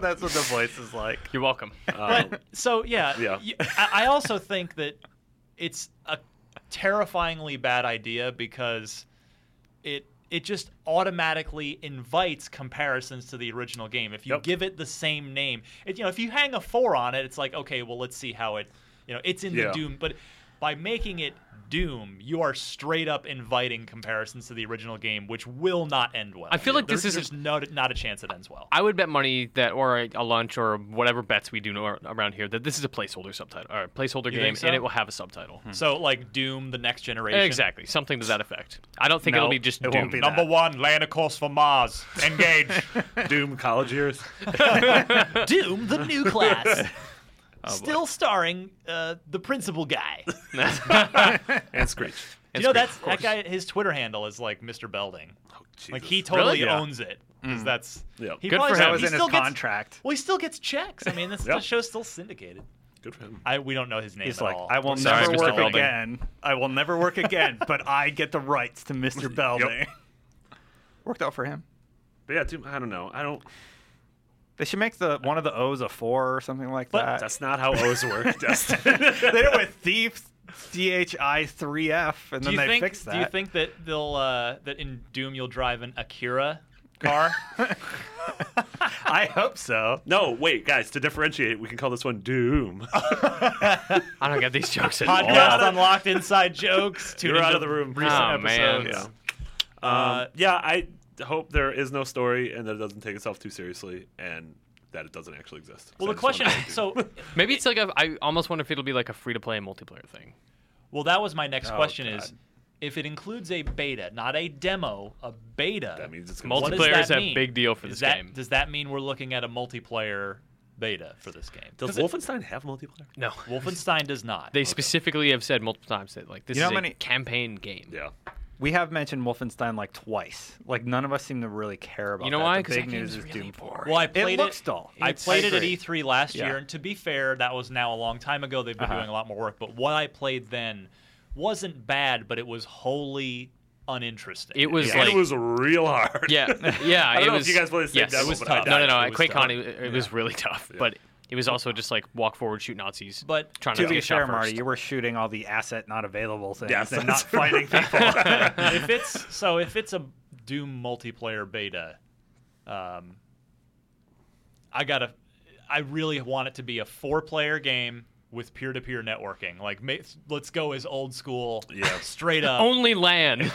[SPEAKER 6] that's what the voice is like.
[SPEAKER 5] You're welcome.
[SPEAKER 3] Um,
[SPEAKER 4] But so yeah,
[SPEAKER 3] Yeah.
[SPEAKER 4] y- I I also think that it's a terrifyingly bad idea because it it just automatically invites comparisons to the original game. If you
[SPEAKER 3] Yep.
[SPEAKER 4] give it the same name, it, you know, if you hang a four on it, it's like okay, well, let's see how it, you know, it's in the
[SPEAKER 3] Yeah.
[SPEAKER 4] Doom. But by making it Doom, you are straight up inviting comparisons to the original game, which will not end well.
[SPEAKER 5] I feel like this
[SPEAKER 4] There's-
[SPEAKER 5] is-
[SPEAKER 4] there's no, not a chance it ends well.
[SPEAKER 5] I would bet money that, or a lunch, or whatever bets we do know around here, that this is a placeholder subtitle or a placeholder
[SPEAKER 4] You
[SPEAKER 5] game,
[SPEAKER 4] think so?
[SPEAKER 5] and it will have a subtitle.
[SPEAKER 6] Hmm.
[SPEAKER 4] So like Doom, the next generation.
[SPEAKER 5] Exactly, something to that effect. I don't think
[SPEAKER 6] No,
[SPEAKER 5] it'll be just
[SPEAKER 6] it
[SPEAKER 5] Doom.
[SPEAKER 6] won't be
[SPEAKER 4] Number one, land a course for Mars. *laughs* Engage.
[SPEAKER 3] Doom college
[SPEAKER 6] *laughs*
[SPEAKER 3] years.
[SPEAKER 4] Doom, the new *laughs* class. Still starring uh, the principal *laughs* guy.
[SPEAKER 3] *laughs* and Screech.
[SPEAKER 4] you
[SPEAKER 5] It's
[SPEAKER 4] know
[SPEAKER 5] great,
[SPEAKER 4] that's that
[SPEAKER 5] of course.
[SPEAKER 4] guy. His Twitter handle is like Mr. Belding. Like he
[SPEAKER 3] Jesus.
[SPEAKER 4] totally
[SPEAKER 5] Really? Yeah.
[SPEAKER 4] owns it. 'Cause That's
[SPEAKER 3] Yeah.
[SPEAKER 4] he
[SPEAKER 5] Good
[SPEAKER 4] probably
[SPEAKER 5] for
[SPEAKER 4] still-
[SPEAKER 5] him.
[SPEAKER 6] That was
[SPEAKER 4] he
[SPEAKER 6] in his
[SPEAKER 4] still gets-
[SPEAKER 6] contract.
[SPEAKER 4] Well, he still gets checks. I mean, this
[SPEAKER 3] Yep.
[SPEAKER 4] the show's still syndicated.
[SPEAKER 3] Good for him.
[SPEAKER 4] I we don't know his name
[SPEAKER 6] He's
[SPEAKER 4] at
[SPEAKER 6] like,
[SPEAKER 4] all.
[SPEAKER 6] I will
[SPEAKER 5] Sorry,
[SPEAKER 6] never
[SPEAKER 5] Mr.
[SPEAKER 6] work
[SPEAKER 5] Belding.
[SPEAKER 6] again. I will never work again, but I get the rights to Mr. Belding. Worked out for him.
[SPEAKER 3] But yeah, Doom, I don't know. I don't.
[SPEAKER 6] They should make the one of the O's a four or something like that.
[SPEAKER 3] That's not how O's work, Dustin.
[SPEAKER 6] *laughs* they did it with Thief, C H I three F, and
[SPEAKER 4] do
[SPEAKER 6] then
[SPEAKER 4] you
[SPEAKER 6] they
[SPEAKER 4] think?
[SPEAKER 6] fixed that.
[SPEAKER 4] Do you think that they'll uh, that in Doom you'll drive an Akira car?
[SPEAKER 6] I hope so.
[SPEAKER 3] No, wait, guys. To differentiate, we can call this one Doom.
[SPEAKER 5] I don't get these
[SPEAKER 6] *laughs*
[SPEAKER 5] jokes at all.
[SPEAKER 4] Podcast unlocked inside jokes. Tune
[SPEAKER 3] You're out
[SPEAKER 4] into
[SPEAKER 3] of the room.
[SPEAKER 4] Recent
[SPEAKER 5] Oh, man.
[SPEAKER 4] episodes.
[SPEAKER 3] Yeah.
[SPEAKER 4] Uh,
[SPEAKER 3] Um, yeah, I hope there is no story and that it doesn't take itself too seriously and that it doesn't actually exist.
[SPEAKER 4] Well, the
[SPEAKER 3] I just
[SPEAKER 4] question
[SPEAKER 3] wanna
[SPEAKER 4] is so,
[SPEAKER 5] Maybe it's like a. I almost wonder if it'll be like a free to play multiplayer thing.
[SPEAKER 4] well, that was my next
[SPEAKER 6] Oh,
[SPEAKER 4] question
[SPEAKER 6] God.
[SPEAKER 4] is if it includes a beta, not a demo, a beta,
[SPEAKER 3] that means it's gonna
[SPEAKER 4] what does
[SPEAKER 5] Multiplayer
[SPEAKER 4] that
[SPEAKER 5] is a
[SPEAKER 4] mean?
[SPEAKER 5] big deal for
[SPEAKER 4] Is
[SPEAKER 5] this
[SPEAKER 4] that-
[SPEAKER 5] game.
[SPEAKER 4] Does that mean we're looking at a multiplayer beta for this game?
[SPEAKER 3] Does Wolfenstein have multiplayer?
[SPEAKER 5] No.
[SPEAKER 4] Wolfenstein does not.
[SPEAKER 5] They specifically have said multiple times that like this
[SPEAKER 6] You know
[SPEAKER 5] is
[SPEAKER 6] how
[SPEAKER 5] a
[SPEAKER 6] many-
[SPEAKER 5] campaign game.
[SPEAKER 3] Yeah.
[SPEAKER 6] We have mentioned Wolfenstein like twice. Like none of us seem to really care about.
[SPEAKER 5] You know
[SPEAKER 6] that.
[SPEAKER 5] why?
[SPEAKER 6] The
[SPEAKER 5] Because
[SPEAKER 6] big news is
[SPEAKER 5] really
[SPEAKER 6] Doom Four.
[SPEAKER 5] boring.
[SPEAKER 4] well, I played it.
[SPEAKER 6] looks dull.
[SPEAKER 4] I
[SPEAKER 6] It's-
[SPEAKER 4] played
[SPEAKER 6] I
[SPEAKER 4] it at
[SPEAKER 6] agree.
[SPEAKER 4] E3 last
[SPEAKER 6] Yeah.
[SPEAKER 4] year, and to be fair, that was now a long time ago.
[SPEAKER 5] Uh-huh.
[SPEAKER 4] They've been doing a lot more work, but what I played then wasn't bad, but it was wholly uninteresting.
[SPEAKER 5] It was
[SPEAKER 3] Yeah.
[SPEAKER 5] like
[SPEAKER 3] it was real hard.
[SPEAKER 6] *laughs*
[SPEAKER 5] Yeah, yeah.
[SPEAKER 3] I don't
[SPEAKER 5] it
[SPEAKER 3] know if
[SPEAKER 5] was,
[SPEAKER 3] you guys played the same
[SPEAKER 5] yes.
[SPEAKER 3] demo, It was but I tough.
[SPEAKER 5] No, no, no.
[SPEAKER 3] died.
[SPEAKER 5] At
[SPEAKER 3] It was tough.
[SPEAKER 5] QuakeCon, it, it was really tough, but it was also just like walk forward, shoot Nazis,
[SPEAKER 4] But
[SPEAKER 5] trying
[SPEAKER 6] To
[SPEAKER 5] to
[SPEAKER 6] be
[SPEAKER 5] get shot
[SPEAKER 6] fair,
[SPEAKER 5] first.
[SPEAKER 6] Marty, you were shooting all the asset not available things
[SPEAKER 3] Yes,
[SPEAKER 6] and not
[SPEAKER 3] that's
[SPEAKER 6] fighting people.
[SPEAKER 4] if it's so, if it's a Doom multiplayer beta, um, I gotta, I really want it to be a four-player game with peer-to-peer networking. Like, ma- let's go as old school,
[SPEAKER 3] Yeah.
[SPEAKER 4] *laughs* straight up.
[SPEAKER 5] *laughs* Only
[SPEAKER 6] *laughs*
[SPEAKER 5] land.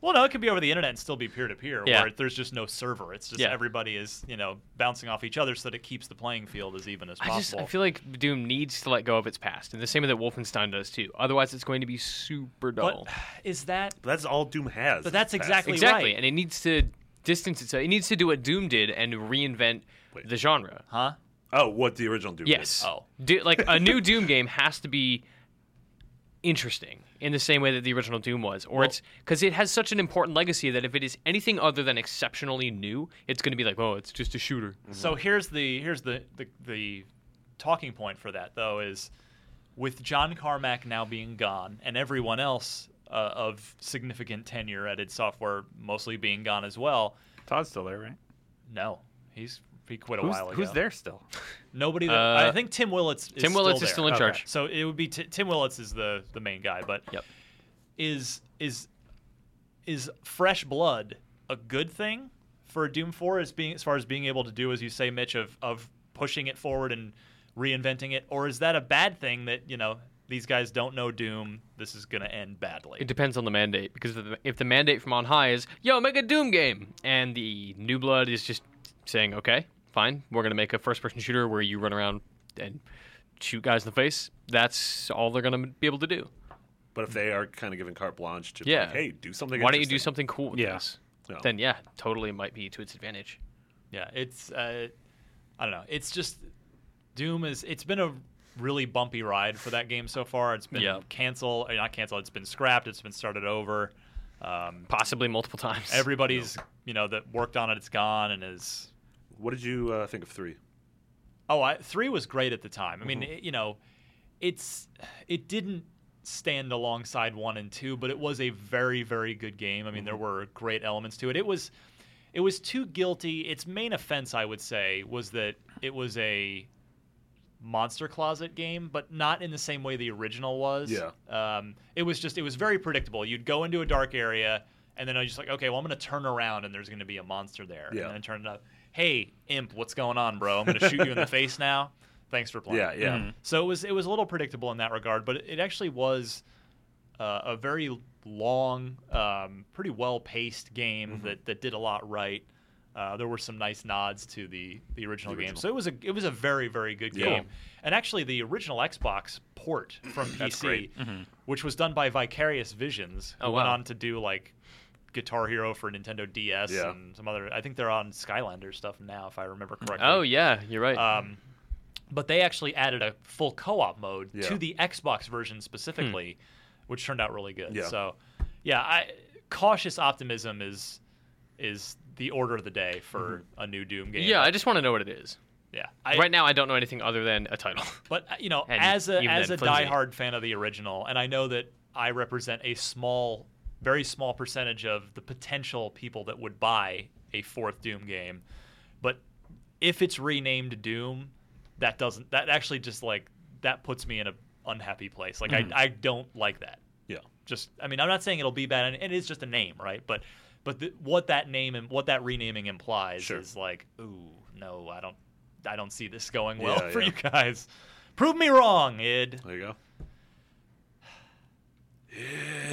[SPEAKER 4] Well, no, it could be over the internet and still be peer to peer,
[SPEAKER 5] Yeah.
[SPEAKER 4] where there's just no server. It's just
[SPEAKER 5] Yeah.
[SPEAKER 4] everybody is you know bouncing off each other, so that it keeps the playing field as even as
[SPEAKER 5] I just
[SPEAKER 4] possible.
[SPEAKER 5] I feel like Doom needs to let go of its past, and the same way that Wolfenstein does too. Otherwise, it's going to be super dull.
[SPEAKER 4] but *sighs* is that?
[SPEAKER 3] But that's all Doom has.
[SPEAKER 4] But that's
[SPEAKER 3] It's fast.
[SPEAKER 4] exactly
[SPEAKER 5] exactly,
[SPEAKER 4] right.
[SPEAKER 5] and it needs to distance itself. It needs to do what Doom did and reinvent
[SPEAKER 3] Wait.
[SPEAKER 5] the genre.
[SPEAKER 4] Huh?
[SPEAKER 3] Oh, what the original Doom?
[SPEAKER 5] Yes.
[SPEAKER 3] Did.
[SPEAKER 4] Oh.
[SPEAKER 5] Do, like
[SPEAKER 4] *laughs*
[SPEAKER 5] a new Doom game has to be interesting in the same way that the original Doom was, or it's because it has such an important legacy that if it is anything other than exceptionally new, it's going to be like, oh, it's just a shooter.
[SPEAKER 4] So
[SPEAKER 6] Mm-hmm.
[SPEAKER 4] here's the here's the, the the talking point for that though is with John Carmack now being gone and everyone else uh, of significant tenure at id Software mostly being gone as well.
[SPEAKER 6] Todd's still there, right?
[SPEAKER 4] No, he's he quit a
[SPEAKER 6] Who's,
[SPEAKER 4] while ago.
[SPEAKER 6] who's there still?
[SPEAKER 4] Nobody. That,
[SPEAKER 5] Uh,
[SPEAKER 4] I think Tim Willits. Is
[SPEAKER 5] Tim Willits
[SPEAKER 4] still
[SPEAKER 5] is still
[SPEAKER 4] there.
[SPEAKER 5] in charge.
[SPEAKER 4] So it would be t- Tim Willits is the the main guy, but
[SPEAKER 5] Yep.
[SPEAKER 4] is is is fresh blood a good thing for Doom Four? As being as far as being able to do as you say, Mitch, of of pushing it forward and reinventing it, or is that a bad thing that you know these guys don't know Doom? This is going to end badly.
[SPEAKER 5] It depends on the mandate because if the- if the mandate from on high is, yo, make a Doom game, and the new blood is just saying, okay, fine, we're going to make a first person shooter where you run around and shoot guys in the face, that's all they're going to be able to do.
[SPEAKER 3] But if they are kind of giving carte blanche to,
[SPEAKER 5] Yeah.
[SPEAKER 3] like, hey, do something.
[SPEAKER 5] Why don't you do
[SPEAKER 3] interesting.
[SPEAKER 5] something cool with
[SPEAKER 6] Yeah.
[SPEAKER 5] this?
[SPEAKER 3] Yeah.
[SPEAKER 5] Then, yeah, totally might be to its advantage.
[SPEAKER 4] Yeah, it's uh, I don't know. It's just Doom is. It's been a really bumpy ride for that game so far. It's been
[SPEAKER 5] Yeah.
[SPEAKER 4] canceled, not canceled. It's been scrapped. It's been started over. Um,
[SPEAKER 5] Possibly multiple times.
[SPEAKER 4] everybody's you know that worked on it. It's gone and is.
[SPEAKER 3] What did you uh, think of three?
[SPEAKER 4] Oh, I, three was great at the time. I mean, it- you know, it's it didn't stand alongside one and two, but it was a very very good game. I mean, there were great elements to it. It was it was too guilty. Its main offense, I would say, was that it was a monster closet game, but not in the same way the original was.
[SPEAKER 3] Yeah.
[SPEAKER 4] Um, it was just it was very predictable. You'd go into a dark area, and then I was just like, okay, well, I'm gonna turn around, and there's gonna be a monster there.
[SPEAKER 3] Yeah.
[SPEAKER 4] And then turn it up. Hey, imp, what's going on, bro? I'm gonna shoot you
[SPEAKER 3] *laughs*
[SPEAKER 4] in the face now. Thanks for playing.
[SPEAKER 3] Yeah, yeah.
[SPEAKER 4] So it was it was a little predictable in that regard, but it actually was uh, a very long, um, pretty well paced game
[SPEAKER 3] Mm-hmm.
[SPEAKER 4] that that did a lot right. Uh, there were some nice nods to the the original, game, so it was a it was a very very good
[SPEAKER 3] Yeah.
[SPEAKER 4] game. And actually, the original Xbox port from
[SPEAKER 3] That's
[SPEAKER 4] PC,
[SPEAKER 3] great.
[SPEAKER 4] which was done by Vicarious Visions, who
[SPEAKER 5] Oh,
[SPEAKER 4] went
[SPEAKER 5] wow.
[SPEAKER 4] on to do like Guitar Hero for Nintendo DS
[SPEAKER 3] Yeah.
[SPEAKER 4] and some other. I think they're on Skylander stuff now, if I remember correctly.
[SPEAKER 5] *laughs* Oh, yeah, you're right.
[SPEAKER 4] Um, but they actually added a full co-op mode
[SPEAKER 3] Yeah.
[SPEAKER 4] to the Xbox version specifically, which turned out really good.
[SPEAKER 3] Yeah.
[SPEAKER 4] So, yeah, I cautious optimism is is the order of the day for a new Doom game.
[SPEAKER 5] yeah, I just want to know what it is.
[SPEAKER 4] yeah. I,
[SPEAKER 5] right now, I don't know anything other than a title. *laughs*
[SPEAKER 4] but uh, you know,
[SPEAKER 5] And
[SPEAKER 4] as a
[SPEAKER 5] even
[SPEAKER 4] as a
[SPEAKER 5] then, flimsy.
[SPEAKER 4] diehard fan of the original, and I know that I represent a small, very small percentage of the potential people that would buy a fourth Doom game. But if it's renamed Doom, that doesn't that actually just like that puts me in a unhappy place. Like
[SPEAKER 5] Hmm.
[SPEAKER 4] I I don't like that.
[SPEAKER 3] Yeah.
[SPEAKER 4] Just I mean, I'm not saying it'll be bad, and it is just a name, right? But but the, what that name and what that renaming implies
[SPEAKER 3] Sure.
[SPEAKER 4] is like, ooh, no, I don't I don't see this going well *laughs*
[SPEAKER 3] Yeah,
[SPEAKER 4] for
[SPEAKER 3] yeah.
[SPEAKER 4] you guys. Prove me wrong, Id.
[SPEAKER 3] There you go.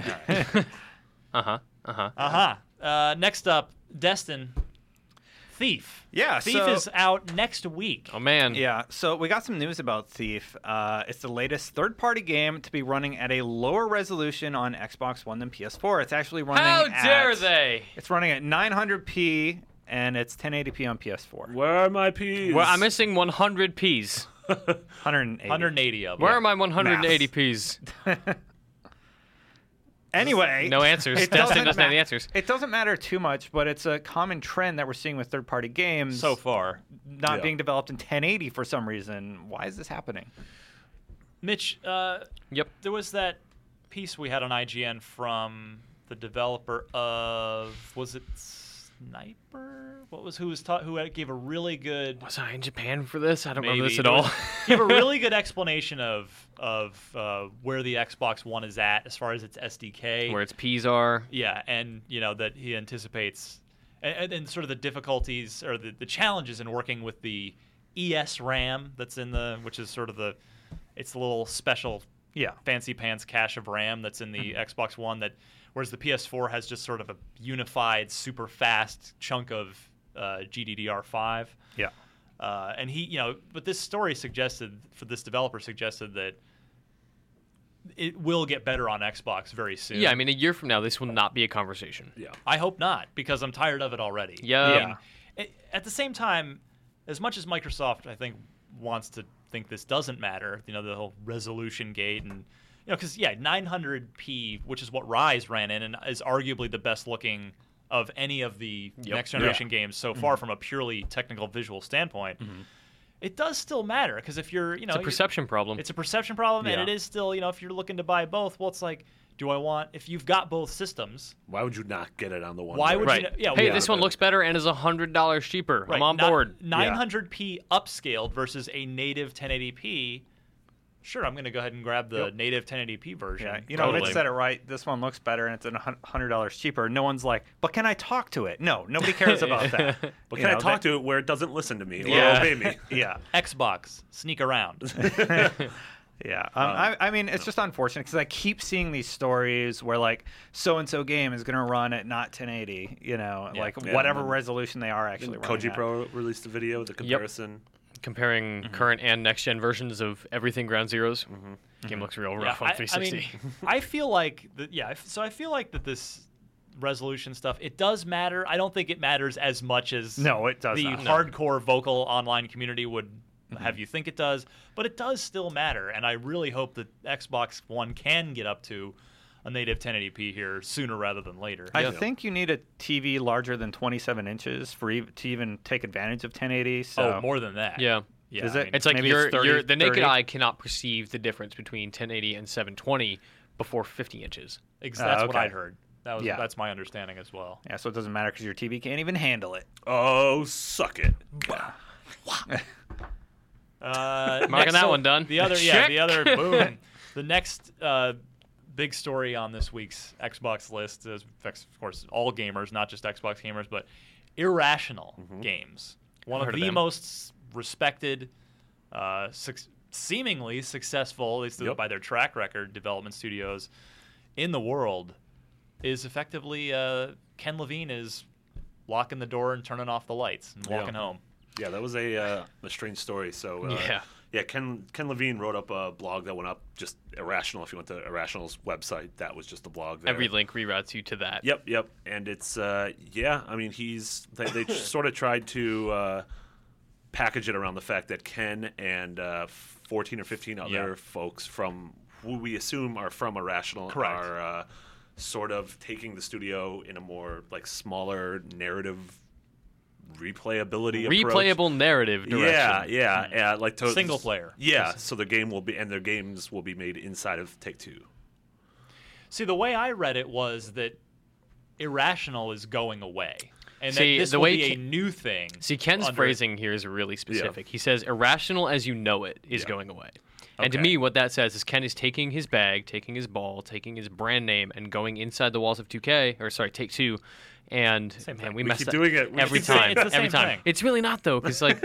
[SPEAKER 5] Uh huh. Uh huh.
[SPEAKER 4] Uh-huh. Uh Next up, Destin, Thief.
[SPEAKER 6] Yeah,
[SPEAKER 4] Thief
[SPEAKER 6] so-
[SPEAKER 4] is out next week.
[SPEAKER 5] Oh man.
[SPEAKER 6] Yeah, so we got some news about Thief. Uh, it's the latest third party game to be running at a lower resolution on Xbox One than PS4. It's actually running
[SPEAKER 5] How dare
[SPEAKER 6] at-
[SPEAKER 5] they?
[SPEAKER 6] It's running at 900p and it's 1080p on PS4.
[SPEAKER 3] Where are my peas?
[SPEAKER 5] Well, I'm missing 100 P's.
[SPEAKER 6] 180.
[SPEAKER 4] 180 of them.
[SPEAKER 5] Where are my 180
[SPEAKER 6] Math.
[SPEAKER 5] P's?
[SPEAKER 6] Anyway,
[SPEAKER 5] *laughs* No
[SPEAKER 6] *laughs*
[SPEAKER 5] answers.
[SPEAKER 6] it
[SPEAKER 5] Destin
[SPEAKER 6] doesn't
[SPEAKER 5] doesn't have
[SPEAKER 6] ma-
[SPEAKER 5] the answers.
[SPEAKER 6] It doesn't matter too much, but it's a common trend that we're seeing with third party games
[SPEAKER 4] so far?
[SPEAKER 6] not
[SPEAKER 3] Yeah.
[SPEAKER 6] being developed in 1080 for some reason. Why is this happening?
[SPEAKER 4] Mitch, uh,
[SPEAKER 5] Yep.
[SPEAKER 4] there was that piece we had on IGN from the developer of was it Sniper? What was who was taught who gave a really good
[SPEAKER 5] Was I in Japan for this? I don't remember this
[SPEAKER 4] Maybe. *laughs*
[SPEAKER 5] at all.
[SPEAKER 4] you have a really good explanation of of uh, where the Xbox One is at as far as its SDK.
[SPEAKER 5] *laughs* Where its P's are.
[SPEAKER 4] yeah, and you know that he anticipates and, and, and sort of the difficulties or the, the challenges in working with the ES RAM that's in the which is sort of the it's the little special
[SPEAKER 6] Yeah.
[SPEAKER 4] fancy pants cache of RAM that's in the
[SPEAKER 5] Mm-hmm.
[SPEAKER 4] Xbox One that whereas the PS4 has just sort of a unified super fast chunk of uh, GDDR5
[SPEAKER 6] Yeah.
[SPEAKER 4] uh, and he you know but this story suggested for this developer suggested that it will get better on xbox very soon
[SPEAKER 5] Yeah, I mean, a year from now, this will not be a conversation.
[SPEAKER 3] Yeah.
[SPEAKER 4] i hope not because i'm tired of it already
[SPEAKER 5] Yeah.
[SPEAKER 4] I mean, it- at the same time as much as microsoft i think wants to think this doesn't matter you know the whole resolution gate and you know because yeah 900p which is what rise ran in and is arguably the best looking of any of the next generation games so
[SPEAKER 5] Mm-hmm.
[SPEAKER 4] far from a purely technical visual standpoint it does still matter because if you're, you know,
[SPEAKER 5] It's a
[SPEAKER 4] you-
[SPEAKER 5] perception problem.
[SPEAKER 4] it's a perception problem,
[SPEAKER 6] Yeah.
[SPEAKER 4] and it is still, you know, if you're looking to buy both, well, it's like, do I want? If you've got both systems,
[SPEAKER 3] Why would you not get it on the one?
[SPEAKER 4] Why
[SPEAKER 3] where
[SPEAKER 4] would
[SPEAKER 3] it's
[SPEAKER 4] you
[SPEAKER 5] right.
[SPEAKER 4] know- yeah,
[SPEAKER 5] hey,
[SPEAKER 4] yeah.
[SPEAKER 5] this one looks better and is $100 cheaper. I'm on
[SPEAKER 4] not-
[SPEAKER 5] board.
[SPEAKER 4] 900p upscaled versus a native 1080p. Sure, I'm going to go ahead and grab the native 1080p version.
[SPEAKER 6] Yeah, you know,
[SPEAKER 5] Totally.
[SPEAKER 6] Mitch said it right. This one looks better, and it's a hun- hundred dollars cheaper. No one's like, but can I talk to it? No, nobody
[SPEAKER 3] *laughs*
[SPEAKER 6] cares about that.
[SPEAKER 3] But can I talk to it where it doesn't listen to me or
[SPEAKER 5] Yeah.
[SPEAKER 3] obey me?
[SPEAKER 6] Yeah,
[SPEAKER 4] Xbox, sneak around.
[SPEAKER 6] yeah. Um, I, I mean, it's just unfortunate because I keep seeing these stories where like so and so game is going to run at not 1080, you know, like
[SPEAKER 3] Yeah,
[SPEAKER 6] whatever
[SPEAKER 3] and then-
[SPEAKER 6] resolution they are actually running.
[SPEAKER 3] Koji
[SPEAKER 6] at.
[SPEAKER 3] Pro released a video with a comparison.
[SPEAKER 5] Comparing current and next gen versions of everything Ground Zeroes. Game looks real rough
[SPEAKER 4] Yeah,
[SPEAKER 5] on
[SPEAKER 4] I- I, mean,
[SPEAKER 5] 360.
[SPEAKER 4] I feel like that. Yeah, I f- so I feel like that this resolution stuff it does matter. I don't think it matters as much as
[SPEAKER 6] No, it does
[SPEAKER 4] The
[SPEAKER 6] not. Mm-hmm. No.
[SPEAKER 4] hardcore vocal online community would have you think it does, but it does still matter. And I really hope that Xbox One can get up to a native 1080p here sooner rather than later.
[SPEAKER 6] I think you need a TV larger than 27 inches for ev- to even take advantage of 1080. So
[SPEAKER 4] oh, more than that.
[SPEAKER 5] yeah.
[SPEAKER 4] yeah.
[SPEAKER 6] Is
[SPEAKER 4] I
[SPEAKER 6] it-
[SPEAKER 4] mean,
[SPEAKER 5] It's like
[SPEAKER 6] Maybe
[SPEAKER 5] your
[SPEAKER 6] it's 30,
[SPEAKER 5] your- the naked
[SPEAKER 6] 30.
[SPEAKER 5] eye cannot perceive the difference between 1080 and 720 before 50 inches.
[SPEAKER 4] ex-
[SPEAKER 6] Uh,
[SPEAKER 4] that's what
[SPEAKER 6] okay.
[SPEAKER 4] I'd heard. That was
[SPEAKER 6] Yeah.
[SPEAKER 4] that's my understanding as well.
[SPEAKER 6] Yeah, so it doesn't matter because your TV can't even handle it.
[SPEAKER 3] Oh, suck it!
[SPEAKER 4] Uh,
[SPEAKER 5] Marking
[SPEAKER 4] next-
[SPEAKER 5] that
[SPEAKER 4] so
[SPEAKER 5] one done.
[SPEAKER 4] The
[SPEAKER 5] *laughs*
[SPEAKER 4] other, yeah, the
[SPEAKER 5] Check.
[SPEAKER 4] other
[SPEAKER 5] *laughs*
[SPEAKER 4] boom. The next uh, big story on this week's Xbox list is, affects, of course, all gamers, not just Xbox gamers, but irrational games. One
[SPEAKER 5] Mm-hmm. heard
[SPEAKER 4] of
[SPEAKER 5] of
[SPEAKER 4] the
[SPEAKER 5] them.
[SPEAKER 4] most respected, uh, suc seemingly successful, at least
[SPEAKER 3] Yep.
[SPEAKER 4] by their track record, development studios in the world, is effectively uh, Ken Levine is locking the door and turning off the lights and
[SPEAKER 3] Yeah.
[SPEAKER 4] walking home.
[SPEAKER 3] Yeah, that was a uh, a strange story. So uh,
[SPEAKER 5] Yeah.
[SPEAKER 3] yeah. Ken Ken Levine wrote up a blog that went up just irrational. If you went to Irrational's website, that was just a blog. There.
[SPEAKER 5] Every link reroutes you to that.
[SPEAKER 3] Yep, yep. And it's uh, yeah. I mean, he's they, they sort of tried to uh, package it around the fact that Ken and uh, fourteen or fifteen other
[SPEAKER 4] Yeah.
[SPEAKER 3] folks from who we assume are from Irrational
[SPEAKER 4] Correct.
[SPEAKER 3] are uh, sort of taking the studio in a more like smaller narrative replayability approach.
[SPEAKER 5] Replayable narrative direction.
[SPEAKER 3] Yeah, yeah, yeah. Like to,
[SPEAKER 4] Single player.
[SPEAKER 3] Yeah, so the game will be and their games will be made inside of Take Two.
[SPEAKER 4] See, the way I read it was that irrational is going away, and
[SPEAKER 5] See,
[SPEAKER 4] that this
[SPEAKER 5] the
[SPEAKER 4] will
[SPEAKER 5] way
[SPEAKER 4] be a
[SPEAKER 5] Ken-
[SPEAKER 4] new thing.
[SPEAKER 5] See, Ken's
[SPEAKER 4] under-
[SPEAKER 5] phrasing here is really specific. He says, irrational as you know it is going away. And to me, what that says is Ken is taking his bag, taking his ball, taking his brand name, and going inside the walls of 2K, or sorry, Take Two. And man, we,
[SPEAKER 3] We
[SPEAKER 5] messed
[SPEAKER 3] keep
[SPEAKER 5] up
[SPEAKER 3] doing it. We
[SPEAKER 5] every
[SPEAKER 3] keep
[SPEAKER 4] doing it.
[SPEAKER 5] time.
[SPEAKER 4] It's the
[SPEAKER 5] every
[SPEAKER 4] same
[SPEAKER 5] time.
[SPEAKER 4] thing.
[SPEAKER 5] It's really not though, because
[SPEAKER 4] *laughs*
[SPEAKER 5] like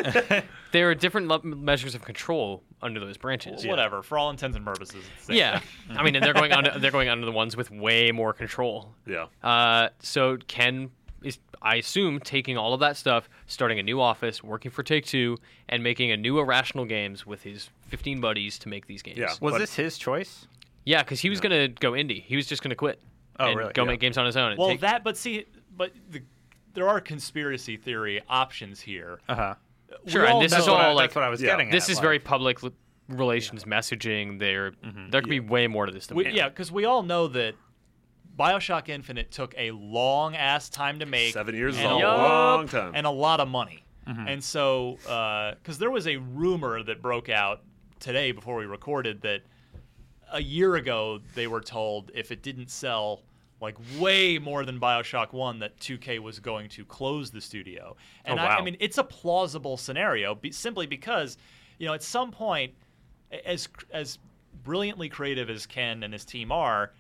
[SPEAKER 5] there are different lo- measures of control under those branches.
[SPEAKER 4] Whatever, for all intents and purposes. It's the same
[SPEAKER 5] Yeah,
[SPEAKER 4] thing.
[SPEAKER 5] I mean, and they're going under they're going under the ones with way more control.
[SPEAKER 3] Yeah.
[SPEAKER 5] Uh, so Ken is, I assume, taking all of that stuff, starting a new office, working for Take Two, and making a new Irrational Games with his 15 buddies to make these games.
[SPEAKER 3] Yeah.
[SPEAKER 6] Was
[SPEAKER 3] But-
[SPEAKER 6] this his choice?
[SPEAKER 5] yeah, because he was gonna go indie. He was just gonna quit.
[SPEAKER 6] Oh,
[SPEAKER 5] and
[SPEAKER 6] really?
[SPEAKER 5] Go
[SPEAKER 6] Yeah.
[SPEAKER 5] make games on his own. and
[SPEAKER 4] Well,
[SPEAKER 5] take-
[SPEAKER 4] that, but see, but the, there are conspiracy theory options here.
[SPEAKER 5] Oh,
[SPEAKER 6] Uh huh.
[SPEAKER 4] We
[SPEAKER 5] Sure, and
[SPEAKER 4] all
[SPEAKER 5] this
[SPEAKER 4] know-
[SPEAKER 5] is
[SPEAKER 6] That's, what I-
[SPEAKER 5] all like
[SPEAKER 6] that's what I was
[SPEAKER 3] yeah.
[SPEAKER 6] getting at.
[SPEAKER 5] this is
[SPEAKER 6] like-
[SPEAKER 5] very public li- relations messaging. There, there could be way more to this than
[SPEAKER 4] We, yeah, because we all know that Bioshock Infinite took a long ass time to make.
[SPEAKER 3] Seven years is
[SPEAKER 4] and a
[SPEAKER 3] a long time.
[SPEAKER 4] and a lot of money.
[SPEAKER 6] Mm-hmm.
[SPEAKER 4] And so, because there was a rumor that broke out today before we recorded that a year ago they were told if it didn't sell like way more than Bioshock One that 2K was going to close the studio.
[SPEAKER 6] Oh,
[SPEAKER 4] And I,
[SPEAKER 3] wow.
[SPEAKER 4] I mean, it's a plausible scenario be, simply because, you know, at some point, a- as cr- as brilliantly creative as Ken and his team are,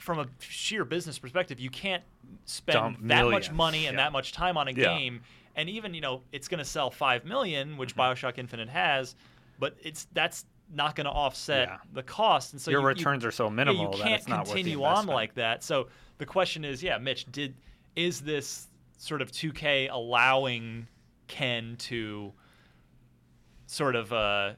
[SPEAKER 4] from a sheer business perspective, you can't spend
[SPEAKER 6] Dump
[SPEAKER 4] that
[SPEAKER 6] millions.
[SPEAKER 4] much money and
[SPEAKER 6] Yeah.
[SPEAKER 4] that much time on a
[SPEAKER 3] Yeah.
[SPEAKER 4] game. And even you know, it's going to sell five million, which
[SPEAKER 6] Mm-hmm.
[SPEAKER 4] Bioshock Infinite has, but it's that's not going to offset
[SPEAKER 6] Yeah.
[SPEAKER 4] the cost. And so
[SPEAKER 6] Your
[SPEAKER 4] you- you-
[SPEAKER 6] returns are so
[SPEAKER 4] yeah,
[SPEAKER 6] minimal
[SPEAKER 4] you
[SPEAKER 6] that
[SPEAKER 4] can't
[SPEAKER 6] it's not worth the
[SPEAKER 4] continue on
[SPEAKER 6] investment.
[SPEAKER 4] like that. So the question is, yeah, Mitch, did is this sort of 2K allowing Ken to sort of uh,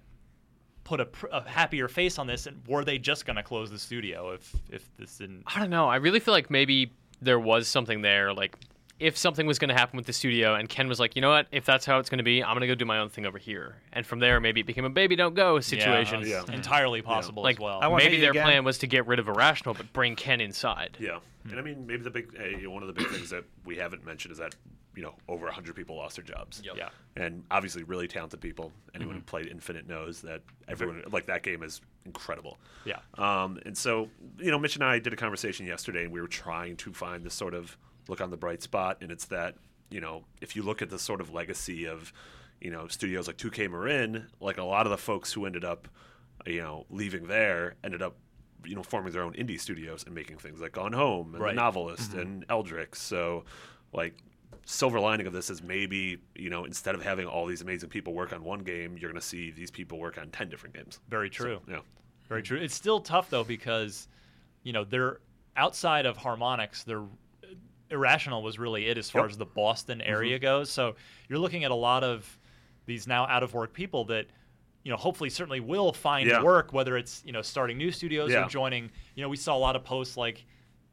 [SPEAKER 4] put a, pr- a happier face on this, and were they just going to close the studio if if this didn't?
[SPEAKER 5] I don't know. I really feel like maybe there was something there. Like, if something was going to happen with the studio, and Ken was like, you know what? If that's how it's going to be, I'm going to go do my own thing over here. And from there, maybe it became a baby don't go situation.
[SPEAKER 4] Yeah, that's entirely possible
[SPEAKER 5] Like,
[SPEAKER 4] as well.
[SPEAKER 6] I want
[SPEAKER 5] maybe
[SPEAKER 6] Hades
[SPEAKER 5] their
[SPEAKER 6] again.
[SPEAKER 5] plan was to get rid of Irrational, but bring Ken inside.
[SPEAKER 3] Yeah, and I mean, maybe the big uh, one of the big things that we haven't mentioned is that you know over hundred people lost their jobs.
[SPEAKER 4] Yeah. Mm-hmm.
[SPEAKER 3] and obviously really talented people. Anyone who played Infinite knows that everyone like that game is incredible.
[SPEAKER 4] Yeah.
[SPEAKER 3] Um, and so you know, Mitch and I did a conversation yesterday, and we were trying to find this sort of look on the bright spot, and it's that you know if you look at the sort of legacy of you know studios like 2K Marin, like a lot of the folks who ended up you know leaving there ended up you know forming their own indie studios and making things like Gone Home and
[SPEAKER 4] Right. Mm-hmm.
[SPEAKER 3] The Novelist and Eldritch. So like silver lining of this is maybe you know instead of having all these amazing people work on one game, you're going to see these people work on ten different games.
[SPEAKER 4] Very true.
[SPEAKER 3] Yeah.
[SPEAKER 4] Very true. It's still tough though because, you know, they're outside of harmonics. They're uh, irrational was really it as far as the Boston
[SPEAKER 3] Mm-hmm.
[SPEAKER 4] area goes. So you're looking at a lot of these now out of work people that, you know, hopefully certainly will find
[SPEAKER 3] Yeah.
[SPEAKER 4] work whether it's you know starting new studios
[SPEAKER 3] Yeah.
[SPEAKER 4] or joining. You know, we saw a lot of posts like.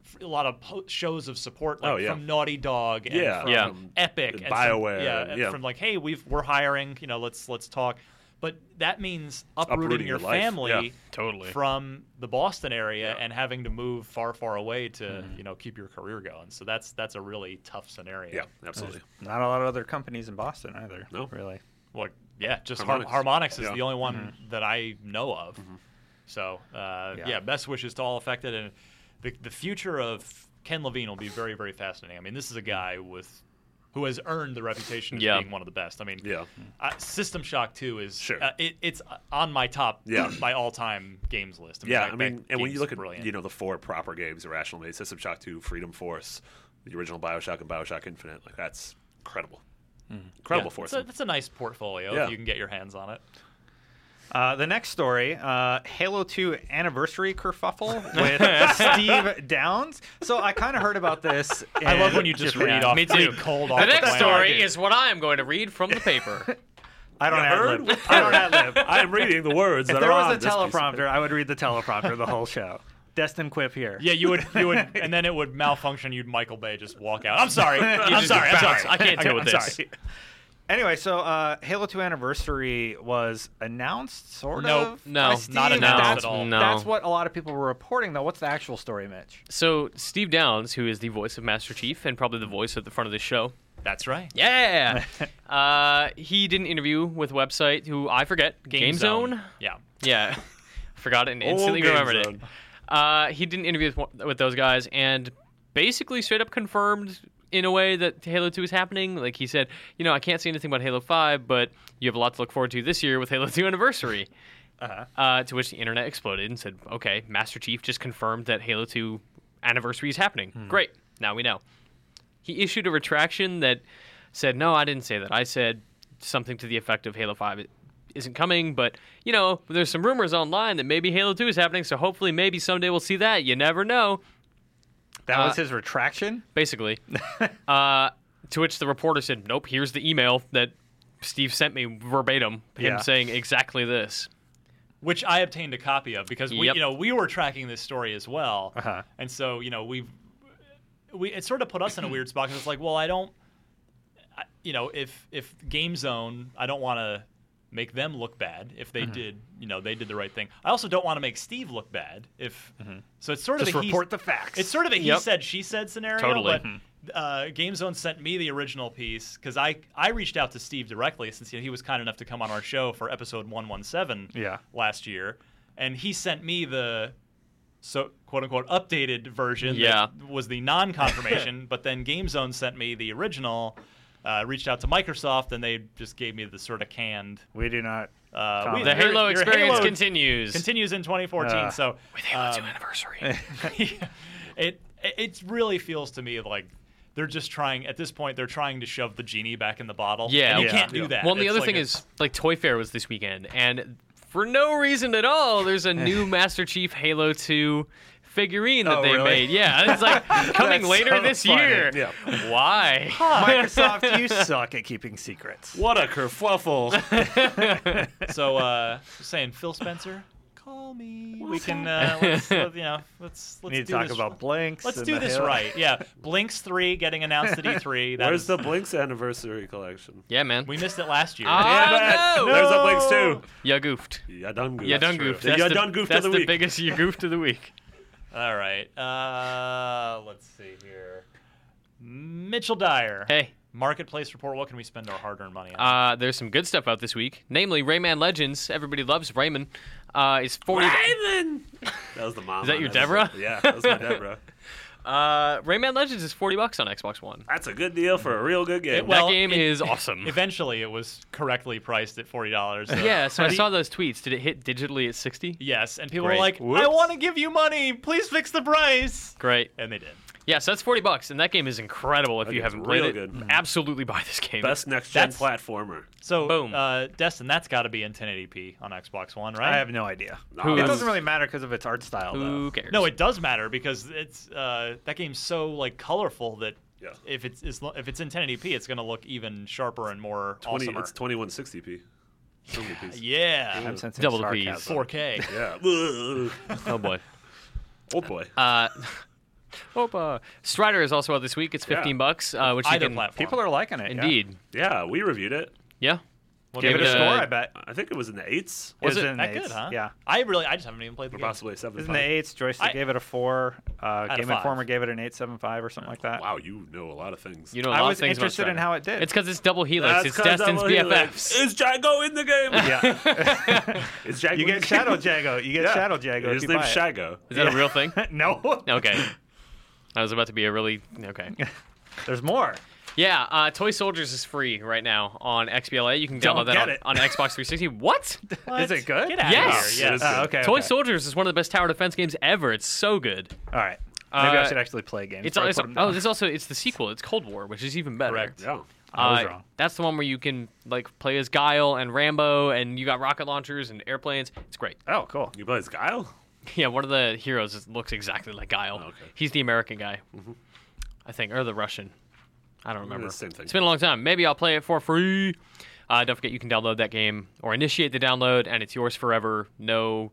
[SPEAKER 4] f- A lot of po- shows of support, like
[SPEAKER 3] Oh, yeah.
[SPEAKER 4] from Naughty Dog and
[SPEAKER 3] Yeah.
[SPEAKER 4] from
[SPEAKER 5] Yeah.
[SPEAKER 4] Epic, and
[SPEAKER 3] BioWare,
[SPEAKER 4] from, yeah,
[SPEAKER 3] and-
[SPEAKER 4] and
[SPEAKER 3] yeah.
[SPEAKER 4] from like, hey, we've we're hiring, you know, let's let's talk. But that means uprooting,
[SPEAKER 3] Uprooting
[SPEAKER 4] your,
[SPEAKER 3] your life,
[SPEAKER 4] family,
[SPEAKER 3] yeah.
[SPEAKER 5] Totally.
[SPEAKER 4] from the Boston area and having to move far, far away to
[SPEAKER 3] Hmm.
[SPEAKER 4] you know keep your career going. So that's that's a really tough scenario.
[SPEAKER 3] Yeah, absolutely.
[SPEAKER 6] Not a lot of other companies in Boston either.
[SPEAKER 3] No.
[SPEAKER 6] really.
[SPEAKER 4] Well, yeah, just Harmonix,
[SPEAKER 3] Harmonix.
[SPEAKER 4] Harmonix is
[SPEAKER 3] Yeah. Mm-hmm.
[SPEAKER 4] the only one that I know of. So uh, yeah.
[SPEAKER 6] Yeah.
[SPEAKER 4] best wishes to all affected, and the the future of Ken Levine will be very, very fascinating. I mean, this is a
[SPEAKER 3] Hmm.
[SPEAKER 4] guy with who has earned the reputation of
[SPEAKER 5] Yeah.
[SPEAKER 4] being one of the best. I mean,
[SPEAKER 3] Yeah.
[SPEAKER 4] uh, System Shock 2 is
[SPEAKER 3] Sure.
[SPEAKER 4] uh, it, it's on my top
[SPEAKER 3] Yeah.
[SPEAKER 4] my all time games list.
[SPEAKER 3] Yeah,
[SPEAKER 4] that-
[SPEAKER 3] I mean,
[SPEAKER 4] that
[SPEAKER 3] and when you
[SPEAKER 4] game's
[SPEAKER 3] look at
[SPEAKER 4] brilliant.
[SPEAKER 3] you know the four proper games: Irrational Maze, System Shock Two, Freedom Force, the original Bioshock, and Bioshock Infinite. Like that's incredible, incredible
[SPEAKER 4] Mm-hmm. yeah,
[SPEAKER 3] for
[SPEAKER 4] it's
[SPEAKER 3] them.
[SPEAKER 4] a, that's a nice portfolio
[SPEAKER 3] Yeah.
[SPEAKER 4] if you can get your hands on it.
[SPEAKER 6] Uh, the next story, uh, Halo 2 anniversary
[SPEAKER 4] *laughs*
[SPEAKER 6] kerfuffle with Steve Downs. So I kind of heard about this.
[SPEAKER 4] I love
[SPEAKER 6] in
[SPEAKER 4] when you just
[SPEAKER 6] Japan.
[SPEAKER 4] read off
[SPEAKER 5] Me too.
[SPEAKER 4] pretty cold off
[SPEAKER 5] The
[SPEAKER 4] the
[SPEAKER 5] next
[SPEAKER 4] plan.
[SPEAKER 5] story
[SPEAKER 4] *laughs*
[SPEAKER 5] is what I am going to read from the paper.
[SPEAKER 6] I don't ad lib. I don't ad lib.
[SPEAKER 3] *laughs* I am reading the words
[SPEAKER 6] If
[SPEAKER 3] that
[SPEAKER 6] there
[SPEAKER 3] are on
[SPEAKER 6] was a
[SPEAKER 3] this piece of
[SPEAKER 6] teleprompter, I would read the teleprompter the whole show. Destin Quip here.
[SPEAKER 4] Yeah, you would, you *laughs* would, and then it would malfunction. You'd Michael Bay just walk out. I'm *laughs* sorry, I'm
[SPEAKER 5] just
[SPEAKER 4] sorry, I'm
[SPEAKER 5] bounce.
[SPEAKER 4] sorry. I can't deal with
[SPEAKER 5] I'm
[SPEAKER 4] this.
[SPEAKER 5] sorry.
[SPEAKER 6] Anyway, so uh, Halo 2 Anniversary was announced, sort
[SPEAKER 4] Nope.
[SPEAKER 6] of.
[SPEAKER 5] No,
[SPEAKER 6] by
[SPEAKER 5] not
[SPEAKER 6] Steve?
[SPEAKER 4] announced
[SPEAKER 6] That's-
[SPEAKER 4] at all.
[SPEAKER 5] No.
[SPEAKER 6] That's what a lot of people were reporting, though. What's the actual story, Mitch?
[SPEAKER 5] so, Steve Downs, who is the voice of Master Chief and probably the voice at the front of this show,
[SPEAKER 4] That's right.
[SPEAKER 5] Yeah. uh, he did an interview with a website who I forget. Game, Zone.
[SPEAKER 4] Yeah.
[SPEAKER 5] Yeah. *laughs* Forgot it and
[SPEAKER 3] Old
[SPEAKER 5] instantly
[SPEAKER 3] Game
[SPEAKER 5] remembered
[SPEAKER 3] Zone.
[SPEAKER 5] it. Uh, he did an interview with, one- with those guys and basically straight up confirmed in a way that Halo 2 is happening. Like he said, you know, I can't say anything about Halo 5, but you have a lot to look forward to this year with Halo 2
[SPEAKER 3] *laughs*
[SPEAKER 5] Anniversary.
[SPEAKER 3] Uh-huh.
[SPEAKER 5] Uh, to which the internet exploded and said, okay, Master Chief just confirmed that Halo 2 anniversary is happening.
[SPEAKER 3] Hmm.
[SPEAKER 5] Great. Now we know. He issued a retraction that said, no, I didn't say that. I said something to the effect of Halo 5 isn't coming, but, you know, there's some rumors online that maybe Halo 2 is happening, so hopefully maybe someday we'll see that. You never know
[SPEAKER 6] That
[SPEAKER 5] Uh,
[SPEAKER 6] was his retraction?
[SPEAKER 5] basically. uh, to which the reporter said, "Nope, here's the email that Steve sent me verbatim, him
[SPEAKER 6] Yeah.
[SPEAKER 5] saying exactly this."
[SPEAKER 4] Which I obtained a copy of because we,
[SPEAKER 5] Yep.
[SPEAKER 4] you know, we were tracking this story as well,
[SPEAKER 6] Uh-huh.
[SPEAKER 4] and so you know we, we it sort of put us in a weird spot because it's like, well, I don't, I, you know, if if Game Zone, I don't want to make them look bad if
[SPEAKER 6] Mm-hmm.
[SPEAKER 4] they did, you know, they did the right thing. I also don't want to make Steve look bad if. So it's sort
[SPEAKER 6] Mm-hmm. Just
[SPEAKER 4] of a he-
[SPEAKER 6] report the facts.
[SPEAKER 4] It's sort of a he
[SPEAKER 5] Yep.
[SPEAKER 4] said she said scenario.
[SPEAKER 5] Totally. Hmm.
[SPEAKER 4] But uh, GameZone sent me the original piece because I I reached out to Steve directly since you know, he was kind enough to come on our show for episode one one seven
[SPEAKER 6] Yeah.
[SPEAKER 4] last year, and he sent me the so quote unquote updated version. that
[SPEAKER 5] Yeah.
[SPEAKER 4] was the
[SPEAKER 5] *laughs*
[SPEAKER 4] non-confirmation, but then GameZone sent me the original. Uh, reached out to Microsoft, and they just gave me the sort of canned.
[SPEAKER 6] We do not.
[SPEAKER 4] *laughs* Uh,
[SPEAKER 6] Comment.
[SPEAKER 4] we-
[SPEAKER 5] The
[SPEAKER 4] your-
[SPEAKER 5] Halo
[SPEAKER 4] your
[SPEAKER 5] experience
[SPEAKER 4] Halo
[SPEAKER 5] continues.
[SPEAKER 4] continues in 2014.
[SPEAKER 6] Uh,
[SPEAKER 4] so
[SPEAKER 5] With Halo
[SPEAKER 4] um,
[SPEAKER 5] 2 anniversary.
[SPEAKER 4] *laughs* it it really feels to me like they're just trying at this point they're trying to shove the genie back in the bottle.
[SPEAKER 5] Yeah.
[SPEAKER 4] and you
[SPEAKER 5] Yeah.
[SPEAKER 4] can't do that.
[SPEAKER 5] Well, and the
[SPEAKER 4] It's
[SPEAKER 5] other
[SPEAKER 4] like
[SPEAKER 5] thing
[SPEAKER 4] a- *laughs*
[SPEAKER 5] is, like Toy Fair was this weekend, and for no reason at all, there's a new Master Chief Halo 2 figurine that
[SPEAKER 6] Oh,
[SPEAKER 5] they
[SPEAKER 6] really?
[SPEAKER 5] made. Yeah, it's like coming
[SPEAKER 6] That's
[SPEAKER 5] later
[SPEAKER 6] so
[SPEAKER 5] this
[SPEAKER 6] funny.
[SPEAKER 5] year.
[SPEAKER 3] Yeah.
[SPEAKER 5] Why?
[SPEAKER 6] Microsoft, you suck at keeping secrets.
[SPEAKER 3] What a kerfluffle.
[SPEAKER 4] so uh, just saying Phil Spencer, call me. We can
[SPEAKER 5] *laughs*
[SPEAKER 4] uh, let's, let- you know let's let's
[SPEAKER 6] We need to
[SPEAKER 4] do
[SPEAKER 6] talk
[SPEAKER 4] this.
[SPEAKER 6] about blinks.
[SPEAKER 4] Let's
[SPEAKER 6] and
[SPEAKER 4] do
[SPEAKER 6] the
[SPEAKER 4] this
[SPEAKER 6] Halo- *laughs*
[SPEAKER 4] right. Yeah, Blinks three getting announced at E3. That *laughs*
[SPEAKER 3] Where's
[SPEAKER 4] is-
[SPEAKER 3] the Blinks anniversary collection?
[SPEAKER 5] *laughs*
[SPEAKER 3] uh,
[SPEAKER 5] Yeah, man.
[SPEAKER 4] we missed it last year.
[SPEAKER 5] Ah, no!
[SPEAKER 3] There's a Blinks too.
[SPEAKER 5] Ya goofed.
[SPEAKER 3] Ya done goofed.
[SPEAKER 5] Ya done goofed.
[SPEAKER 3] The
[SPEAKER 5] That's
[SPEAKER 3] Ya
[SPEAKER 5] the,
[SPEAKER 3] done goofed of
[SPEAKER 5] that's
[SPEAKER 3] the week.
[SPEAKER 5] biggest you goofed of the week.
[SPEAKER 4] All right. Uh, let's see here. Mitchell Dyer.
[SPEAKER 5] Hey.
[SPEAKER 4] Marketplace report. What can we spend our hard-earned money on?
[SPEAKER 5] Uh, there's some good stuff out this week, namely Rayman Legends. Everybody loves Raymond. Uh, is forty.
[SPEAKER 3] That was the mom.
[SPEAKER 5] Is that your Deborah?
[SPEAKER 3] yeah, that was my
[SPEAKER 5] *laughs*
[SPEAKER 3] Deborah.
[SPEAKER 5] Uh, Rayman Legends is forty bucks on Xbox One.
[SPEAKER 3] That's a good deal for a real good game.
[SPEAKER 4] It was- Well,
[SPEAKER 5] that game
[SPEAKER 4] it-
[SPEAKER 5] is awesome.
[SPEAKER 4] Eventually, it was correctly priced at forty dollars.
[SPEAKER 5] yeah, so I saw those tweets. Did it hit digitally at sixty?
[SPEAKER 4] Yes, and people
[SPEAKER 5] Great.
[SPEAKER 4] were like, "I
[SPEAKER 5] Whoops.
[SPEAKER 4] want to give you money. Please fix the price."
[SPEAKER 5] Great.
[SPEAKER 4] And they did.
[SPEAKER 5] Yeah, so that's forty bucks, and that game is incredible. If
[SPEAKER 3] That
[SPEAKER 5] you
[SPEAKER 3] game's
[SPEAKER 5] haven't played
[SPEAKER 3] real
[SPEAKER 5] it, Mm-hmm.
[SPEAKER 3] good.
[SPEAKER 5] absolutely buy this game.
[SPEAKER 3] Best next gen
[SPEAKER 4] That's-
[SPEAKER 3] platformer.
[SPEAKER 4] So,
[SPEAKER 5] Boom.
[SPEAKER 4] Uh, Destin, that's got to be in 1080p on Xbox One, right?
[SPEAKER 6] I have no idea.
[SPEAKER 3] No,
[SPEAKER 5] Who-
[SPEAKER 6] It doesn't really matter because of its art style,
[SPEAKER 5] Who
[SPEAKER 6] though.
[SPEAKER 5] cares?
[SPEAKER 4] No, it does matter because it's uh, that game's so like colorful that
[SPEAKER 3] Yeah.
[SPEAKER 4] if it's, it's if it's in 1080p, it's gonna look even sharper and more
[SPEAKER 3] 20,
[SPEAKER 4] awesomer.
[SPEAKER 3] it's 2160p. 20p.
[SPEAKER 4] yeah,
[SPEAKER 6] I'm sensing
[SPEAKER 5] Double the
[SPEAKER 6] sarcasm.
[SPEAKER 5] P's.
[SPEAKER 4] 4K.
[SPEAKER 3] Yeah. Ugh.
[SPEAKER 5] oh boy.
[SPEAKER 3] oh boy.
[SPEAKER 5] Uh, *laughs* Opa. Strider is also out this week. It's
[SPEAKER 3] Yeah.
[SPEAKER 5] fifteen bucks, uh, which you
[SPEAKER 4] Either
[SPEAKER 5] can
[SPEAKER 4] platform.
[SPEAKER 6] People are liking it. yeah.
[SPEAKER 5] indeed.
[SPEAKER 3] yeah, we reviewed it.
[SPEAKER 5] Yeah.
[SPEAKER 6] Give it a
[SPEAKER 5] Maybe,
[SPEAKER 6] score,
[SPEAKER 5] uh,
[SPEAKER 6] I bet.
[SPEAKER 3] I think it was in the eights
[SPEAKER 5] Was it
[SPEAKER 6] in the
[SPEAKER 4] that good,
[SPEAKER 6] eights.
[SPEAKER 4] huh?
[SPEAKER 6] Yeah.
[SPEAKER 4] I really, I just haven't even played the
[SPEAKER 3] or
[SPEAKER 4] game.
[SPEAKER 3] possibly
[SPEAKER 6] It was
[SPEAKER 3] seven.
[SPEAKER 6] in the eights. Joystick
[SPEAKER 4] I-
[SPEAKER 6] gave it a four. Uh,
[SPEAKER 4] of
[SPEAKER 6] Game Informer
[SPEAKER 4] five.
[SPEAKER 6] gave it an eight seven five or something like that.
[SPEAKER 3] Wow, you know a lot of things.
[SPEAKER 5] You know, a
[SPEAKER 6] I
[SPEAKER 5] lot
[SPEAKER 6] was
[SPEAKER 5] of things about
[SPEAKER 6] interested in
[SPEAKER 5] Strider.
[SPEAKER 6] how it did.
[SPEAKER 5] It's because it's double helix.
[SPEAKER 3] That's
[SPEAKER 5] it's
[SPEAKER 3] 'cause
[SPEAKER 5] Destin's
[SPEAKER 3] I'm a hero.
[SPEAKER 5] BFFs.
[SPEAKER 3] Is Jago in the
[SPEAKER 5] *laughs*
[SPEAKER 3] game?
[SPEAKER 6] *laughs* Yeah.
[SPEAKER 3] Is
[SPEAKER 6] *laughs*
[SPEAKER 3] Jago
[SPEAKER 6] you
[SPEAKER 3] in
[SPEAKER 6] get
[SPEAKER 3] the
[SPEAKER 6] Shadow
[SPEAKER 3] game?
[SPEAKER 6] Jago. You get
[SPEAKER 3] Yeah.
[SPEAKER 6] Shadow Jago.
[SPEAKER 3] His
[SPEAKER 6] if you
[SPEAKER 3] name's
[SPEAKER 6] buy
[SPEAKER 3] Shago.
[SPEAKER 5] Is that a real thing?
[SPEAKER 6] it. *laughs* No.
[SPEAKER 5] Okay. I was about to be a really okay.
[SPEAKER 6] There's more.
[SPEAKER 5] Yeah, uh, Toy Soldiers is free right now on XBLA. You can
[SPEAKER 6] Don't
[SPEAKER 5] download that
[SPEAKER 6] get
[SPEAKER 5] on,
[SPEAKER 6] it.
[SPEAKER 5] on Xbox 360.
[SPEAKER 6] *laughs*
[SPEAKER 5] What?
[SPEAKER 6] Is it good?
[SPEAKER 4] Get out of
[SPEAKER 5] Yes.
[SPEAKER 4] here! Yes.
[SPEAKER 3] It is
[SPEAKER 6] Oh, okay.
[SPEAKER 5] Toy
[SPEAKER 6] okay.
[SPEAKER 5] Soldiers is one of the best tower defense games ever. It's so good.
[SPEAKER 6] All right. Maybe I
[SPEAKER 5] Uh,
[SPEAKER 6] should actually play games.
[SPEAKER 5] It's,
[SPEAKER 6] before I
[SPEAKER 5] it's
[SPEAKER 6] put 'em
[SPEAKER 5] oh,
[SPEAKER 6] down.
[SPEAKER 5] this also it's the sequel. It's Cold War, which is even better.
[SPEAKER 4] Correct.
[SPEAKER 3] Yeah.
[SPEAKER 6] I was
[SPEAKER 5] Uh,
[SPEAKER 6] wrong.
[SPEAKER 5] That's the one where you can like play as Guile and Rambo, and you got rocket launchers and airplanes. It's great. *laughs*
[SPEAKER 6] Oh, cool.
[SPEAKER 3] You play as Guile?
[SPEAKER 5] Yeah, one of the heroes is, looks exactly like Guile.
[SPEAKER 3] Okay.
[SPEAKER 5] He's the American guy,
[SPEAKER 6] Mm-hmm.
[SPEAKER 5] I think, or the Russian. I don't remember.
[SPEAKER 3] same thing.
[SPEAKER 5] It's been a long time. Maybe I'll play it for free. Uh, don't forget you can download that game or initiate the download, and it's yours forever. No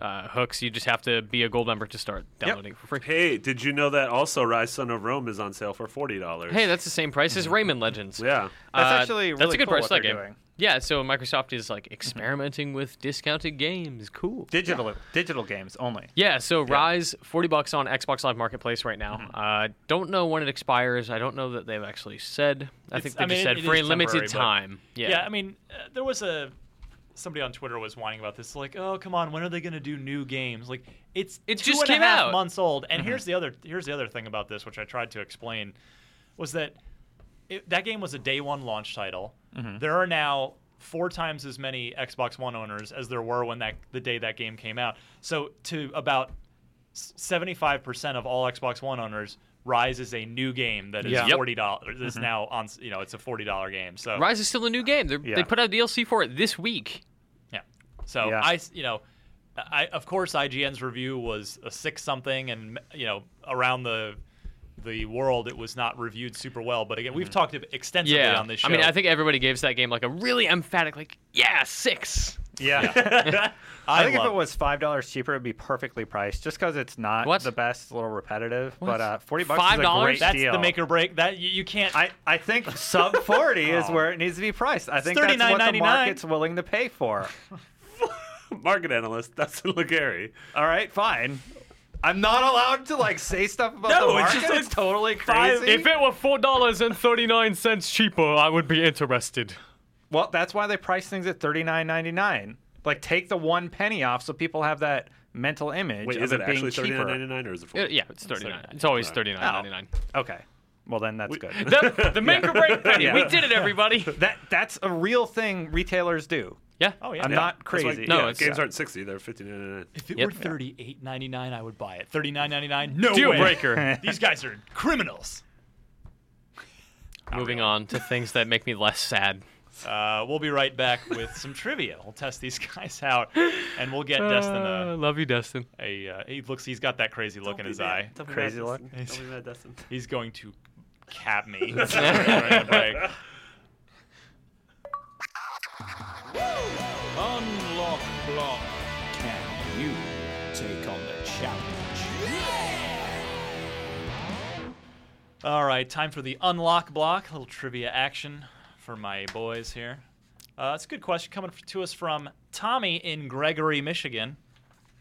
[SPEAKER 5] uh, hooks. You just have to be a gold member to start downloading it for free.
[SPEAKER 3] Hey, did you know that also Rise Son of Rome is on sale for forty dollars?
[SPEAKER 5] Hey, that's the same price as Rayman Legends.
[SPEAKER 3] yeah.
[SPEAKER 6] That's
[SPEAKER 5] Uh,
[SPEAKER 6] actually
[SPEAKER 5] that's
[SPEAKER 6] really
[SPEAKER 5] a good
[SPEAKER 6] cool
[SPEAKER 5] price
[SPEAKER 6] what
[SPEAKER 5] for that
[SPEAKER 6] they're
[SPEAKER 5] game.
[SPEAKER 6] doing.
[SPEAKER 5] Yeah, so Microsoft is like experimenting with discounted games. Cool.
[SPEAKER 6] Digital digital games only.
[SPEAKER 5] Yeah, so Rise, 40 bucks on Xbox Live Marketplace right now. Uh, don't know when it expires. I don't know that they've actually said. I
[SPEAKER 4] It's-
[SPEAKER 5] think they
[SPEAKER 4] I mean,
[SPEAKER 5] just
[SPEAKER 4] it-
[SPEAKER 5] said
[SPEAKER 4] it
[SPEAKER 5] for a
[SPEAKER 4] is
[SPEAKER 5] limited
[SPEAKER 4] temporary, but-
[SPEAKER 5] time. Yeah.
[SPEAKER 4] I mean, uh, there was a somebody on Twitter was whining about this, like, "Oh, come on, when are they going to do new games?" Like, it's
[SPEAKER 5] It
[SPEAKER 4] two
[SPEAKER 5] just
[SPEAKER 4] and a
[SPEAKER 5] came
[SPEAKER 4] half
[SPEAKER 5] out. Mm-hmm.
[SPEAKER 4] months old. And here's the other here's the other thing about this, which I tried to explain, was that it, that game was a day one launch title.
[SPEAKER 5] Mm-hmm.
[SPEAKER 4] There are now four times as many Xbox One owners as there were when that the day that game came out. So to about seventy five percent of all Xbox One owners. Rise is a new game that is
[SPEAKER 6] Yeah. Yep.
[SPEAKER 4] forty dollars.
[SPEAKER 5] Mm-hmm.
[SPEAKER 4] Is now on, s- you know, it's a forty dollar game. So
[SPEAKER 5] Rise is still a new game. They're, They
[SPEAKER 6] Yeah.
[SPEAKER 5] put out DLC for it this week.
[SPEAKER 4] yeah. So
[SPEAKER 6] Yeah.
[SPEAKER 4] I, s- you know, I of course IGN's review was a six something, and you know around the the world it was not reviewed super well. But again,
[SPEAKER 6] Mm-hmm.
[SPEAKER 4] we've talked extensively
[SPEAKER 5] Yeah.
[SPEAKER 4] on this show.
[SPEAKER 5] I mean, I think everybody gives that game like a really emphatic, like, yeah, six.
[SPEAKER 6] Yeah.
[SPEAKER 4] *laughs* I,
[SPEAKER 6] *laughs* I think if
[SPEAKER 4] love
[SPEAKER 6] it was five dollars cheaper, it'd be perfectly priced. Just because it's not
[SPEAKER 5] What?
[SPEAKER 6] the best, it's a little repetitive.
[SPEAKER 5] What?
[SPEAKER 6] But uh, forty bucks is a
[SPEAKER 5] $5?
[SPEAKER 6] great
[SPEAKER 4] that's
[SPEAKER 6] deal.
[SPEAKER 4] the make or break. That you, you can't.
[SPEAKER 6] I, I think
[SPEAKER 5] *laughs*
[SPEAKER 6] sub forty
[SPEAKER 5] Oh.
[SPEAKER 6] is where it needs to be priced. I think that's what the
[SPEAKER 4] $39.99.
[SPEAKER 6] market's willing to pay for.
[SPEAKER 3] Market analyst *laughs* Dustin Legary.
[SPEAKER 6] All right, fine. I'm not allowed to like say stuff about
[SPEAKER 3] No,
[SPEAKER 6] the
[SPEAKER 3] it's
[SPEAKER 6] market.
[SPEAKER 3] just like
[SPEAKER 6] totally
[SPEAKER 3] five-
[SPEAKER 6] crazy.
[SPEAKER 5] it were $4.39 cheaper, I would be interested.
[SPEAKER 6] well, that's why they price things at thirty nine ninety nine. Like take the one penny off so people have that mental image
[SPEAKER 3] Wait,
[SPEAKER 6] of
[SPEAKER 3] is it
[SPEAKER 6] being
[SPEAKER 3] actually thirty
[SPEAKER 6] cheaper.
[SPEAKER 3] nine ninety nine or is it? 40?
[SPEAKER 5] Uh, yeah, it's thirty nine. It's always thirty nine ninety nine.
[SPEAKER 6] Okay. Well, then that's good.
[SPEAKER 3] *laughs*
[SPEAKER 5] The, the make or *laughs* break penny.
[SPEAKER 6] Yeah.
[SPEAKER 5] We did it, *laughs* everybody.
[SPEAKER 6] that that's a real thing retailers do.
[SPEAKER 5] Yeah.
[SPEAKER 4] Oh yeah.
[SPEAKER 6] I'm not crazy.
[SPEAKER 5] No,
[SPEAKER 3] yeah,
[SPEAKER 5] it's-
[SPEAKER 3] games aren't sixty; they're fifty nine ninety nine.
[SPEAKER 4] If it
[SPEAKER 5] Yep.
[SPEAKER 4] were thirty eight ninety nine, I would buy it. Thirty nine ninety nine. No
[SPEAKER 5] Deal
[SPEAKER 4] way.
[SPEAKER 6] *laughs*
[SPEAKER 3] *laughs*
[SPEAKER 5] breaker.
[SPEAKER 4] *laughs* These guys are criminals.
[SPEAKER 5] Moving on to things that make me less sad.
[SPEAKER 4] Uh, we'll be right back with some trivia. We'll test these *laughs* guys out, and we'll get Destin
[SPEAKER 5] Uh,
[SPEAKER 4] a.
[SPEAKER 5] love you, Destin.
[SPEAKER 4] a uh, he looks. He's got that crazy look in his eye.
[SPEAKER 6] Crazy look.
[SPEAKER 3] Don't be mad, Dustin.
[SPEAKER 4] He's going to cap me. We're gonna break.
[SPEAKER 7] Unlock block. Can you take on the challenge?
[SPEAKER 4] All right, time for the unlock block. A little trivia action for my boys here. Uh, it's a good question coming f- to us from Tommy in Gregory, Michigan.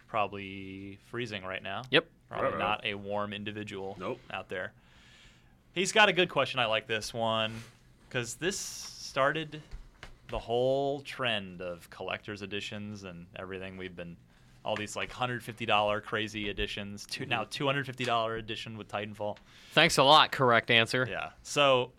[SPEAKER 4] Probably freezing right now.
[SPEAKER 5] Yep.
[SPEAKER 4] Probably
[SPEAKER 3] Uh-oh.
[SPEAKER 4] not a warm individual
[SPEAKER 3] Nope.
[SPEAKER 4] out there. He's got a good question. I like this one because this started the whole trend of collector's editions and everything we've been all these like $150 crazy editions
[SPEAKER 3] Mm-hmm.
[SPEAKER 4] two, now $250 edition with titanfall
[SPEAKER 5] Thanks a lot. Correct answer.
[SPEAKER 4] yeah. So,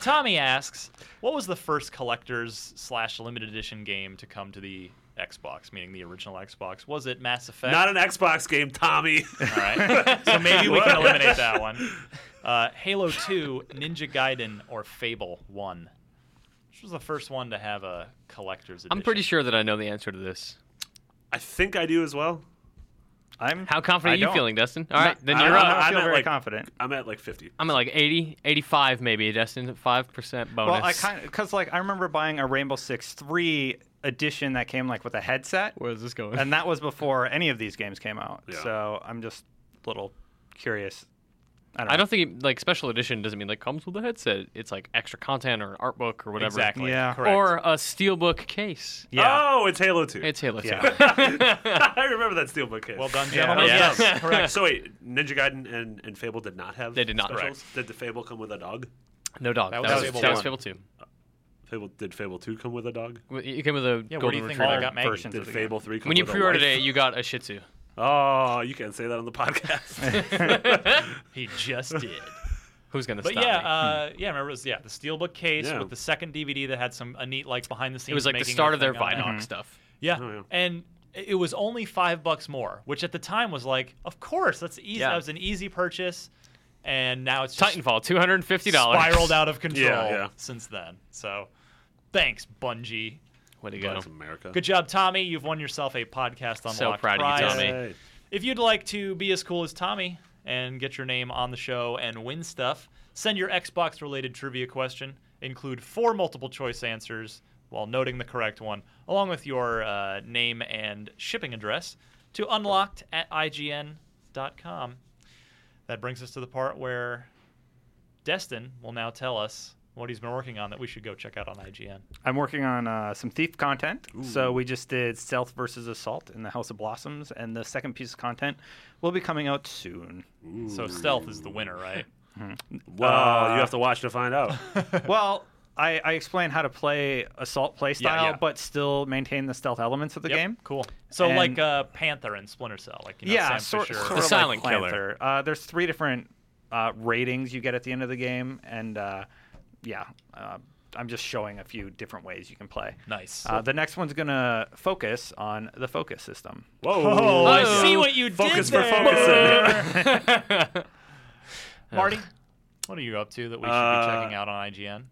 [SPEAKER 4] Tommy asks, what was the first collector's slash limited edition game to come to the Xbox, meaning the original Xbox? Was it Mass Effect?
[SPEAKER 3] Not an Xbox game, Tommy. *laughs*
[SPEAKER 4] All right. *laughs* so maybe we can eliminate that one. Uh, Halo 2, Ninja Gaiden, or Fable 1. Which was the first one to have a collector's edition?
[SPEAKER 5] I'm pretty sure that I know the answer to this.
[SPEAKER 3] I think I do as well.
[SPEAKER 6] I'm
[SPEAKER 5] How
[SPEAKER 6] I
[SPEAKER 5] confident are you
[SPEAKER 6] don't.
[SPEAKER 5] feeling, Dustin? All right, then
[SPEAKER 3] I-
[SPEAKER 5] you're
[SPEAKER 3] I-
[SPEAKER 5] up.
[SPEAKER 6] I
[SPEAKER 3] I'm
[SPEAKER 6] feel
[SPEAKER 3] at,
[SPEAKER 6] very
[SPEAKER 3] like-
[SPEAKER 6] confident.
[SPEAKER 3] I'm at like fifty.
[SPEAKER 5] I'm at like 80, 85 maybe, Destin. 5% bonus.
[SPEAKER 6] Well, I kind of because like I remember buying a Rainbow Six Three edition that came like with a headset,
[SPEAKER 5] *laughs* Where is this going?
[SPEAKER 6] and that was before any of these games came out.
[SPEAKER 3] Yeah.
[SPEAKER 6] So I'm just a little curious. I don't.
[SPEAKER 5] I don't think it, like special edition doesn't mean like comes with a headset. It's like extra content or an art book or whatever.
[SPEAKER 4] Exactly.
[SPEAKER 6] Yeah.
[SPEAKER 4] Correct.
[SPEAKER 5] Or a steelbook case.
[SPEAKER 6] Yeah.
[SPEAKER 3] Oh, it's Halo Two.
[SPEAKER 5] It's Halo 2.
[SPEAKER 6] Yeah.
[SPEAKER 3] *laughs*
[SPEAKER 4] *laughs*
[SPEAKER 5] *laughs*
[SPEAKER 3] I remember that steelbook case.
[SPEAKER 4] well done,
[SPEAKER 6] Yeah.
[SPEAKER 4] gentlemen.
[SPEAKER 5] Oh, Yeah.
[SPEAKER 4] Oh,
[SPEAKER 5] *laughs*
[SPEAKER 4] Yes, correct.
[SPEAKER 3] So wait, Ninja Gaiden and, and Fable did not have.
[SPEAKER 5] They did not.
[SPEAKER 3] Specials? Did the Fable come with a dog?
[SPEAKER 5] No dog.
[SPEAKER 4] That
[SPEAKER 5] That,
[SPEAKER 4] was
[SPEAKER 5] was,
[SPEAKER 4] Fable
[SPEAKER 5] that was
[SPEAKER 4] one.
[SPEAKER 5] Fable 2.
[SPEAKER 3] Fable did Fable Two come with a dog?
[SPEAKER 5] W- You came with a
[SPEAKER 4] Yeah, where do
[SPEAKER 5] golden
[SPEAKER 4] you think
[SPEAKER 5] retriever.
[SPEAKER 4] they got Maggie?
[SPEAKER 6] versions
[SPEAKER 3] Did
[SPEAKER 6] of the
[SPEAKER 3] Fable Three come
[SPEAKER 5] when you
[SPEAKER 3] with a
[SPEAKER 5] pre-ordered
[SPEAKER 3] wife?
[SPEAKER 5] it, you got a Shih Tzu.
[SPEAKER 3] Oh, you can't say that on the podcast.
[SPEAKER 4] He just did.
[SPEAKER 5] Who's gonna
[SPEAKER 4] But
[SPEAKER 5] stop
[SPEAKER 4] yeah,
[SPEAKER 5] me?
[SPEAKER 4] uh, yeah, I remember it was yeah the steelbook case
[SPEAKER 3] Yeah.
[SPEAKER 4] with the second DVD that had some a neat like behind the scenes.
[SPEAKER 5] it was like the
[SPEAKER 4] making
[SPEAKER 5] start of their
[SPEAKER 4] thing on there.
[SPEAKER 5] Vidoc stuff.
[SPEAKER 4] Yeah.
[SPEAKER 3] Oh, yeah.
[SPEAKER 4] And it it was only five bucks more, which at the time was like, of course, that's easy.
[SPEAKER 5] Yeah.
[SPEAKER 4] That was an easy purchase. And now it's just
[SPEAKER 5] Titanfall, two hundred and fifty dollars.
[SPEAKER 4] spiraled out
[SPEAKER 5] *laughs*
[SPEAKER 4] of control
[SPEAKER 3] yeah.
[SPEAKER 4] since then. So thanks, Bungie.
[SPEAKER 5] Way to go!
[SPEAKER 3] That's America.
[SPEAKER 4] Good job, Tommy. You've won yourself a podcast unlocked
[SPEAKER 5] So proud of you,
[SPEAKER 4] prize.
[SPEAKER 5] Tommy.
[SPEAKER 3] Hey.
[SPEAKER 4] If you'd like to be as cool as Tommy and get your name on the show and win stuff, send your Xbox related trivia question. Include four multiple choice answers while noting the correct one, along with your uh, name and shipping address to unlocked at IGN.com. That brings us to the part where Destin will now tell us what he's been working on that we should go check out on IGN.
[SPEAKER 6] I'm working on uh, some thief content. So we just did stealth versus assault in the House of Blossoms, and the second piece of content will be coming out
[SPEAKER 5] *laughs*
[SPEAKER 6] soon.
[SPEAKER 4] So stealth is the winner, right?
[SPEAKER 3] Well, you have to watch to find out.
[SPEAKER 6] well, I, I explain how to play assault playstyle,
[SPEAKER 4] yeah.
[SPEAKER 6] but still maintain the stealth elements of the
[SPEAKER 4] Yep,
[SPEAKER 6] game.
[SPEAKER 4] Cool. So
[SPEAKER 6] And-
[SPEAKER 4] like uh, Panther and Splinter Cell, like you know,
[SPEAKER 6] yeah,
[SPEAKER 4] Sam
[SPEAKER 6] sort,
[SPEAKER 4] Fisher.
[SPEAKER 6] sort
[SPEAKER 5] The
[SPEAKER 6] of
[SPEAKER 5] silent
[SPEAKER 6] like
[SPEAKER 5] killer.
[SPEAKER 6] Panther. Uh, there's three different uh, ratings you get at the end of the game, and uh, yeah, uh, I'm just showing a few different ways you can play.
[SPEAKER 4] Nice.
[SPEAKER 6] Uh, the next one's gonna focus on the focus system.
[SPEAKER 3] Whoa.
[SPEAKER 4] Oh, I
[SPEAKER 5] Oh.
[SPEAKER 4] see what you
[SPEAKER 3] Focus
[SPEAKER 4] did
[SPEAKER 3] for
[SPEAKER 4] there.
[SPEAKER 3] focusing.
[SPEAKER 4] Marty, what are you up to that we should be
[SPEAKER 3] Uh,
[SPEAKER 4] checking out on IGN?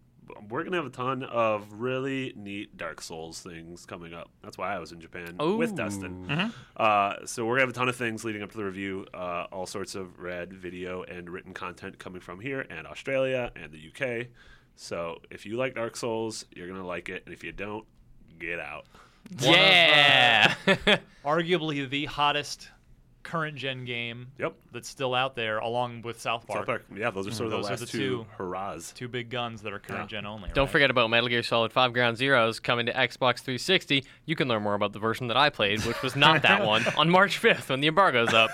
[SPEAKER 3] We're gonna have a ton of really neat Dark Souls things coming up. That's why I was in Japan
[SPEAKER 5] Ooh.
[SPEAKER 3] with Dustin.
[SPEAKER 5] Mm-hmm.
[SPEAKER 3] Uh, so we're gonna have a ton of things leading up to the review. Uh, all sorts of red video and written content coming from here and Australia and the UK. So if you like Dark Souls, you're gonna like it, and if you don't, get out.
[SPEAKER 5] yeah.
[SPEAKER 4] uh,
[SPEAKER 5] *laughs*
[SPEAKER 4] Arguably the hottest current gen game
[SPEAKER 3] Yep.
[SPEAKER 4] that's still out there, along with South Park.
[SPEAKER 3] South Park. Yeah, those are sort of the
[SPEAKER 4] Those are
[SPEAKER 3] last
[SPEAKER 4] the two.
[SPEAKER 3] two hurrahs.
[SPEAKER 4] Two big guns that are current gen only.
[SPEAKER 5] Don't
[SPEAKER 4] right?
[SPEAKER 5] forget about Metal Gear Solid 5 Ground Zeroes coming to Xbox 360. You can learn more about the version that I played, which was
[SPEAKER 4] *laughs*
[SPEAKER 5] not that one, on March 5th when the embargo's up.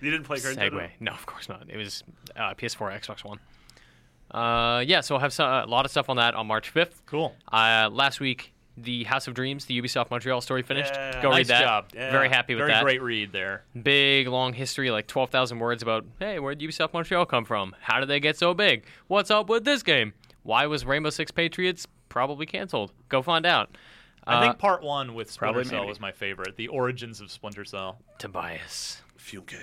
[SPEAKER 3] You didn't play current gen,
[SPEAKER 5] Segway. No, of course not. It was uh, PS4, Xbox One. Uh, yeah, so I'll have so- a lot of stuff on that on March 5th.
[SPEAKER 4] Cool.
[SPEAKER 5] Uh, last week, the House of Dreams, the Ubisoft Montreal story finished.
[SPEAKER 4] Yeah,
[SPEAKER 5] Go
[SPEAKER 4] nice
[SPEAKER 5] read that.
[SPEAKER 4] job.
[SPEAKER 5] Very happy with
[SPEAKER 4] Very
[SPEAKER 5] that.
[SPEAKER 4] great read there.
[SPEAKER 5] Big long history, like twelve thousand words about hey, where did Ubisoft Montreal come from? How did they get so big? What's up with this game? Why was Rainbow Six Patriots probably canceled? Go find out.
[SPEAKER 4] I
[SPEAKER 5] Uh,
[SPEAKER 4] think part one with Splinter
[SPEAKER 6] probably
[SPEAKER 4] Cell
[SPEAKER 6] maybe.
[SPEAKER 4] was my favorite. The origins of Splinter Cell.
[SPEAKER 5] Tobias. *laughs*
[SPEAKER 3] Fugue.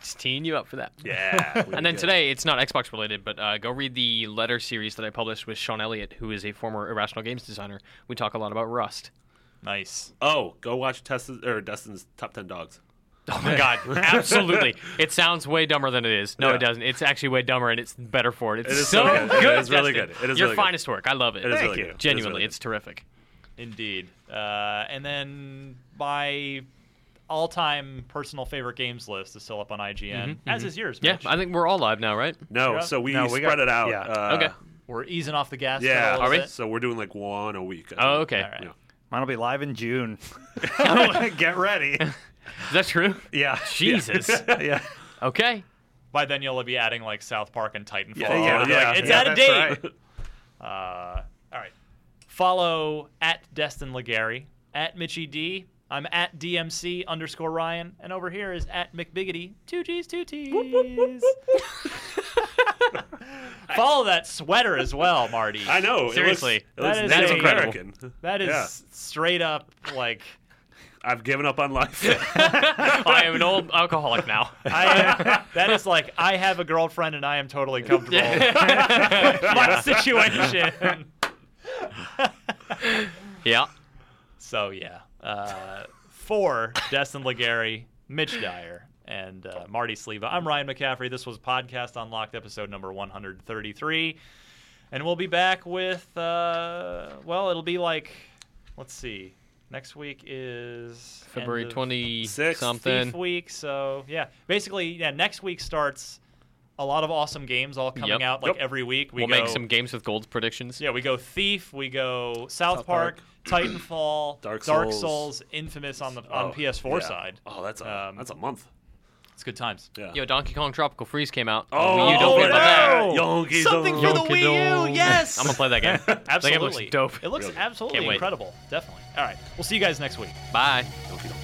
[SPEAKER 5] Just teeing you up for that.
[SPEAKER 3] Yeah.
[SPEAKER 5] And then today, it's not Xbox related, but uh, go read the letter series that I published with Sean Elliott, who is a former Irrational Games designer. We talk a lot
[SPEAKER 3] *laughs*
[SPEAKER 5] about Rust.
[SPEAKER 4] Nice.
[SPEAKER 3] Oh, go watch Tessa's, or Dustin's top ten dogs.
[SPEAKER 5] Oh my God! Absolutely, it sounds way dumber than it is. No,
[SPEAKER 3] Yeah.
[SPEAKER 5] it doesn't. It's actually way dumber, and it's better for it. It's
[SPEAKER 3] It is
[SPEAKER 5] so
[SPEAKER 3] so good. It
[SPEAKER 5] good.
[SPEAKER 3] is really
[SPEAKER 5] Dustin.
[SPEAKER 3] good. It is
[SPEAKER 5] your
[SPEAKER 3] really good.
[SPEAKER 5] finest work. I love it.
[SPEAKER 3] It is really good. It is
[SPEAKER 5] Genuinely,
[SPEAKER 3] really good.
[SPEAKER 5] it's terrific.
[SPEAKER 4] Indeed. Uh, and then my all-time personal favorite games list is still up on IGN, as is yours.
[SPEAKER 5] Yeah,
[SPEAKER 4] Mitch.
[SPEAKER 5] I think we're all live now, right?
[SPEAKER 3] No,
[SPEAKER 4] Sure.
[SPEAKER 3] so we,
[SPEAKER 6] No, we
[SPEAKER 3] spread
[SPEAKER 6] got-
[SPEAKER 3] it out.
[SPEAKER 6] yeah.
[SPEAKER 3] Uh,
[SPEAKER 5] Okay.
[SPEAKER 4] we're easing off the gas. pedal
[SPEAKER 3] Yeah.
[SPEAKER 4] a little bit.
[SPEAKER 3] So we're doing like one a week. I
[SPEAKER 5] Oh,
[SPEAKER 3] think.
[SPEAKER 5] okay.
[SPEAKER 4] All right.
[SPEAKER 3] Yeah.
[SPEAKER 6] Mine will be live in
[SPEAKER 5] *laughs*
[SPEAKER 6] June. *laughs* Get ready.
[SPEAKER 5] Is that true?
[SPEAKER 6] Yeah.
[SPEAKER 5] Jesus.
[SPEAKER 6] yeah.
[SPEAKER 5] Okay.
[SPEAKER 4] By then you'll be adding like South Park and Titanfall.
[SPEAKER 3] Oh,
[SPEAKER 6] yeah,
[SPEAKER 4] Like,
[SPEAKER 3] yeah,
[SPEAKER 4] it's
[SPEAKER 3] yeah,
[SPEAKER 4] out of
[SPEAKER 6] that's
[SPEAKER 4] date.
[SPEAKER 6] right.
[SPEAKER 4] *laughs* Uh, all right. Follow at Destin Legary, at Mitchy D. I'm at DMC underscore Ryan, and over here is at McBiggity. Two G's, two T's. *laughs* Follow that sweater as well, Marty.
[SPEAKER 3] I know.
[SPEAKER 5] Seriously.
[SPEAKER 3] it looks, it
[SPEAKER 4] That
[SPEAKER 3] looks
[SPEAKER 4] is
[SPEAKER 3] Native
[SPEAKER 4] a-
[SPEAKER 3] American.
[SPEAKER 4] That is
[SPEAKER 3] Yeah.
[SPEAKER 4] straight up
[SPEAKER 3] *laughs*
[SPEAKER 4] like
[SPEAKER 3] I've given up on life.
[SPEAKER 5] I am an old alcoholic *laughs* now.
[SPEAKER 4] I. that is like I have a girlfriend and I am
[SPEAKER 3] *laughs*
[SPEAKER 4] totally comfortable. with
[SPEAKER 5] *laughs*
[SPEAKER 4] My *laughs* situation.
[SPEAKER 5] Yeah.
[SPEAKER 4] So yeah, uh, for Destin Legary, Mitch Dyer, and uh, Marty Sleva. I'm Ryan McCaffrey. This was Podcast Unlocked, episode number 133, and we'll be back with uh, well, it'll be like, let's see, next week is end
[SPEAKER 5] February
[SPEAKER 4] of
[SPEAKER 5] twenty
[SPEAKER 3] Sixth.
[SPEAKER 5] something.
[SPEAKER 4] Thief week. So yeah, basically yeah, next week starts a lot of awesome games all coming
[SPEAKER 5] Yep.
[SPEAKER 4] out like
[SPEAKER 3] Yep.
[SPEAKER 4] every week. We
[SPEAKER 5] we'll
[SPEAKER 4] go,
[SPEAKER 5] make some games with gold predictions.
[SPEAKER 4] yeah, we go Thief, we go South,
[SPEAKER 3] South
[SPEAKER 4] Park,
[SPEAKER 3] Park.
[SPEAKER 4] *clears throat* Titanfall,
[SPEAKER 3] Dark Souls.
[SPEAKER 4] Souls, Infamous on the on
[SPEAKER 3] Oh,
[SPEAKER 4] PS4
[SPEAKER 3] yeah.
[SPEAKER 4] side.
[SPEAKER 3] Oh, that's a,
[SPEAKER 4] Um,
[SPEAKER 3] that's a month.
[SPEAKER 4] It's good times.
[SPEAKER 3] Yeah.
[SPEAKER 5] Yo, Donkey Kong Tropical Freeze came out.
[SPEAKER 3] Oh,
[SPEAKER 5] you don't
[SPEAKER 3] yeah.
[SPEAKER 5] forget about that.
[SPEAKER 3] Yonkeys
[SPEAKER 4] Something
[SPEAKER 3] on-
[SPEAKER 4] for the
[SPEAKER 5] Yonky
[SPEAKER 4] Wii U.
[SPEAKER 5] dog.
[SPEAKER 4] Yes,
[SPEAKER 5] I'm gonna play
[SPEAKER 4] *laughs*
[SPEAKER 5] that game. That game
[SPEAKER 4] Absolutely,
[SPEAKER 5] looks dope.
[SPEAKER 4] It looks
[SPEAKER 3] Really.
[SPEAKER 4] absolutely
[SPEAKER 5] Can't wait.
[SPEAKER 4] incredible. Definitely. All right, we'll see you guys next week.
[SPEAKER 5] Bye.
[SPEAKER 3] Yonky dog.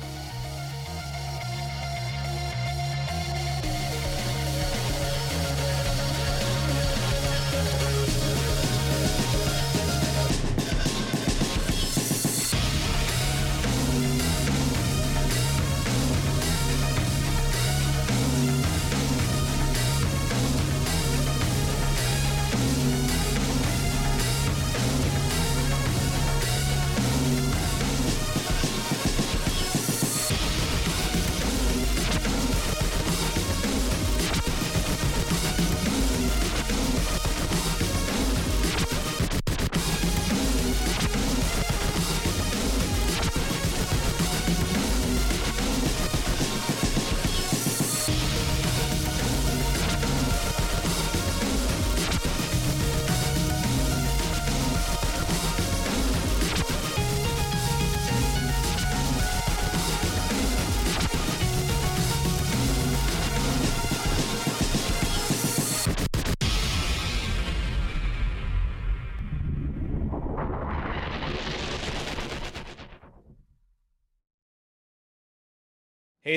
[SPEAKER 8] Hey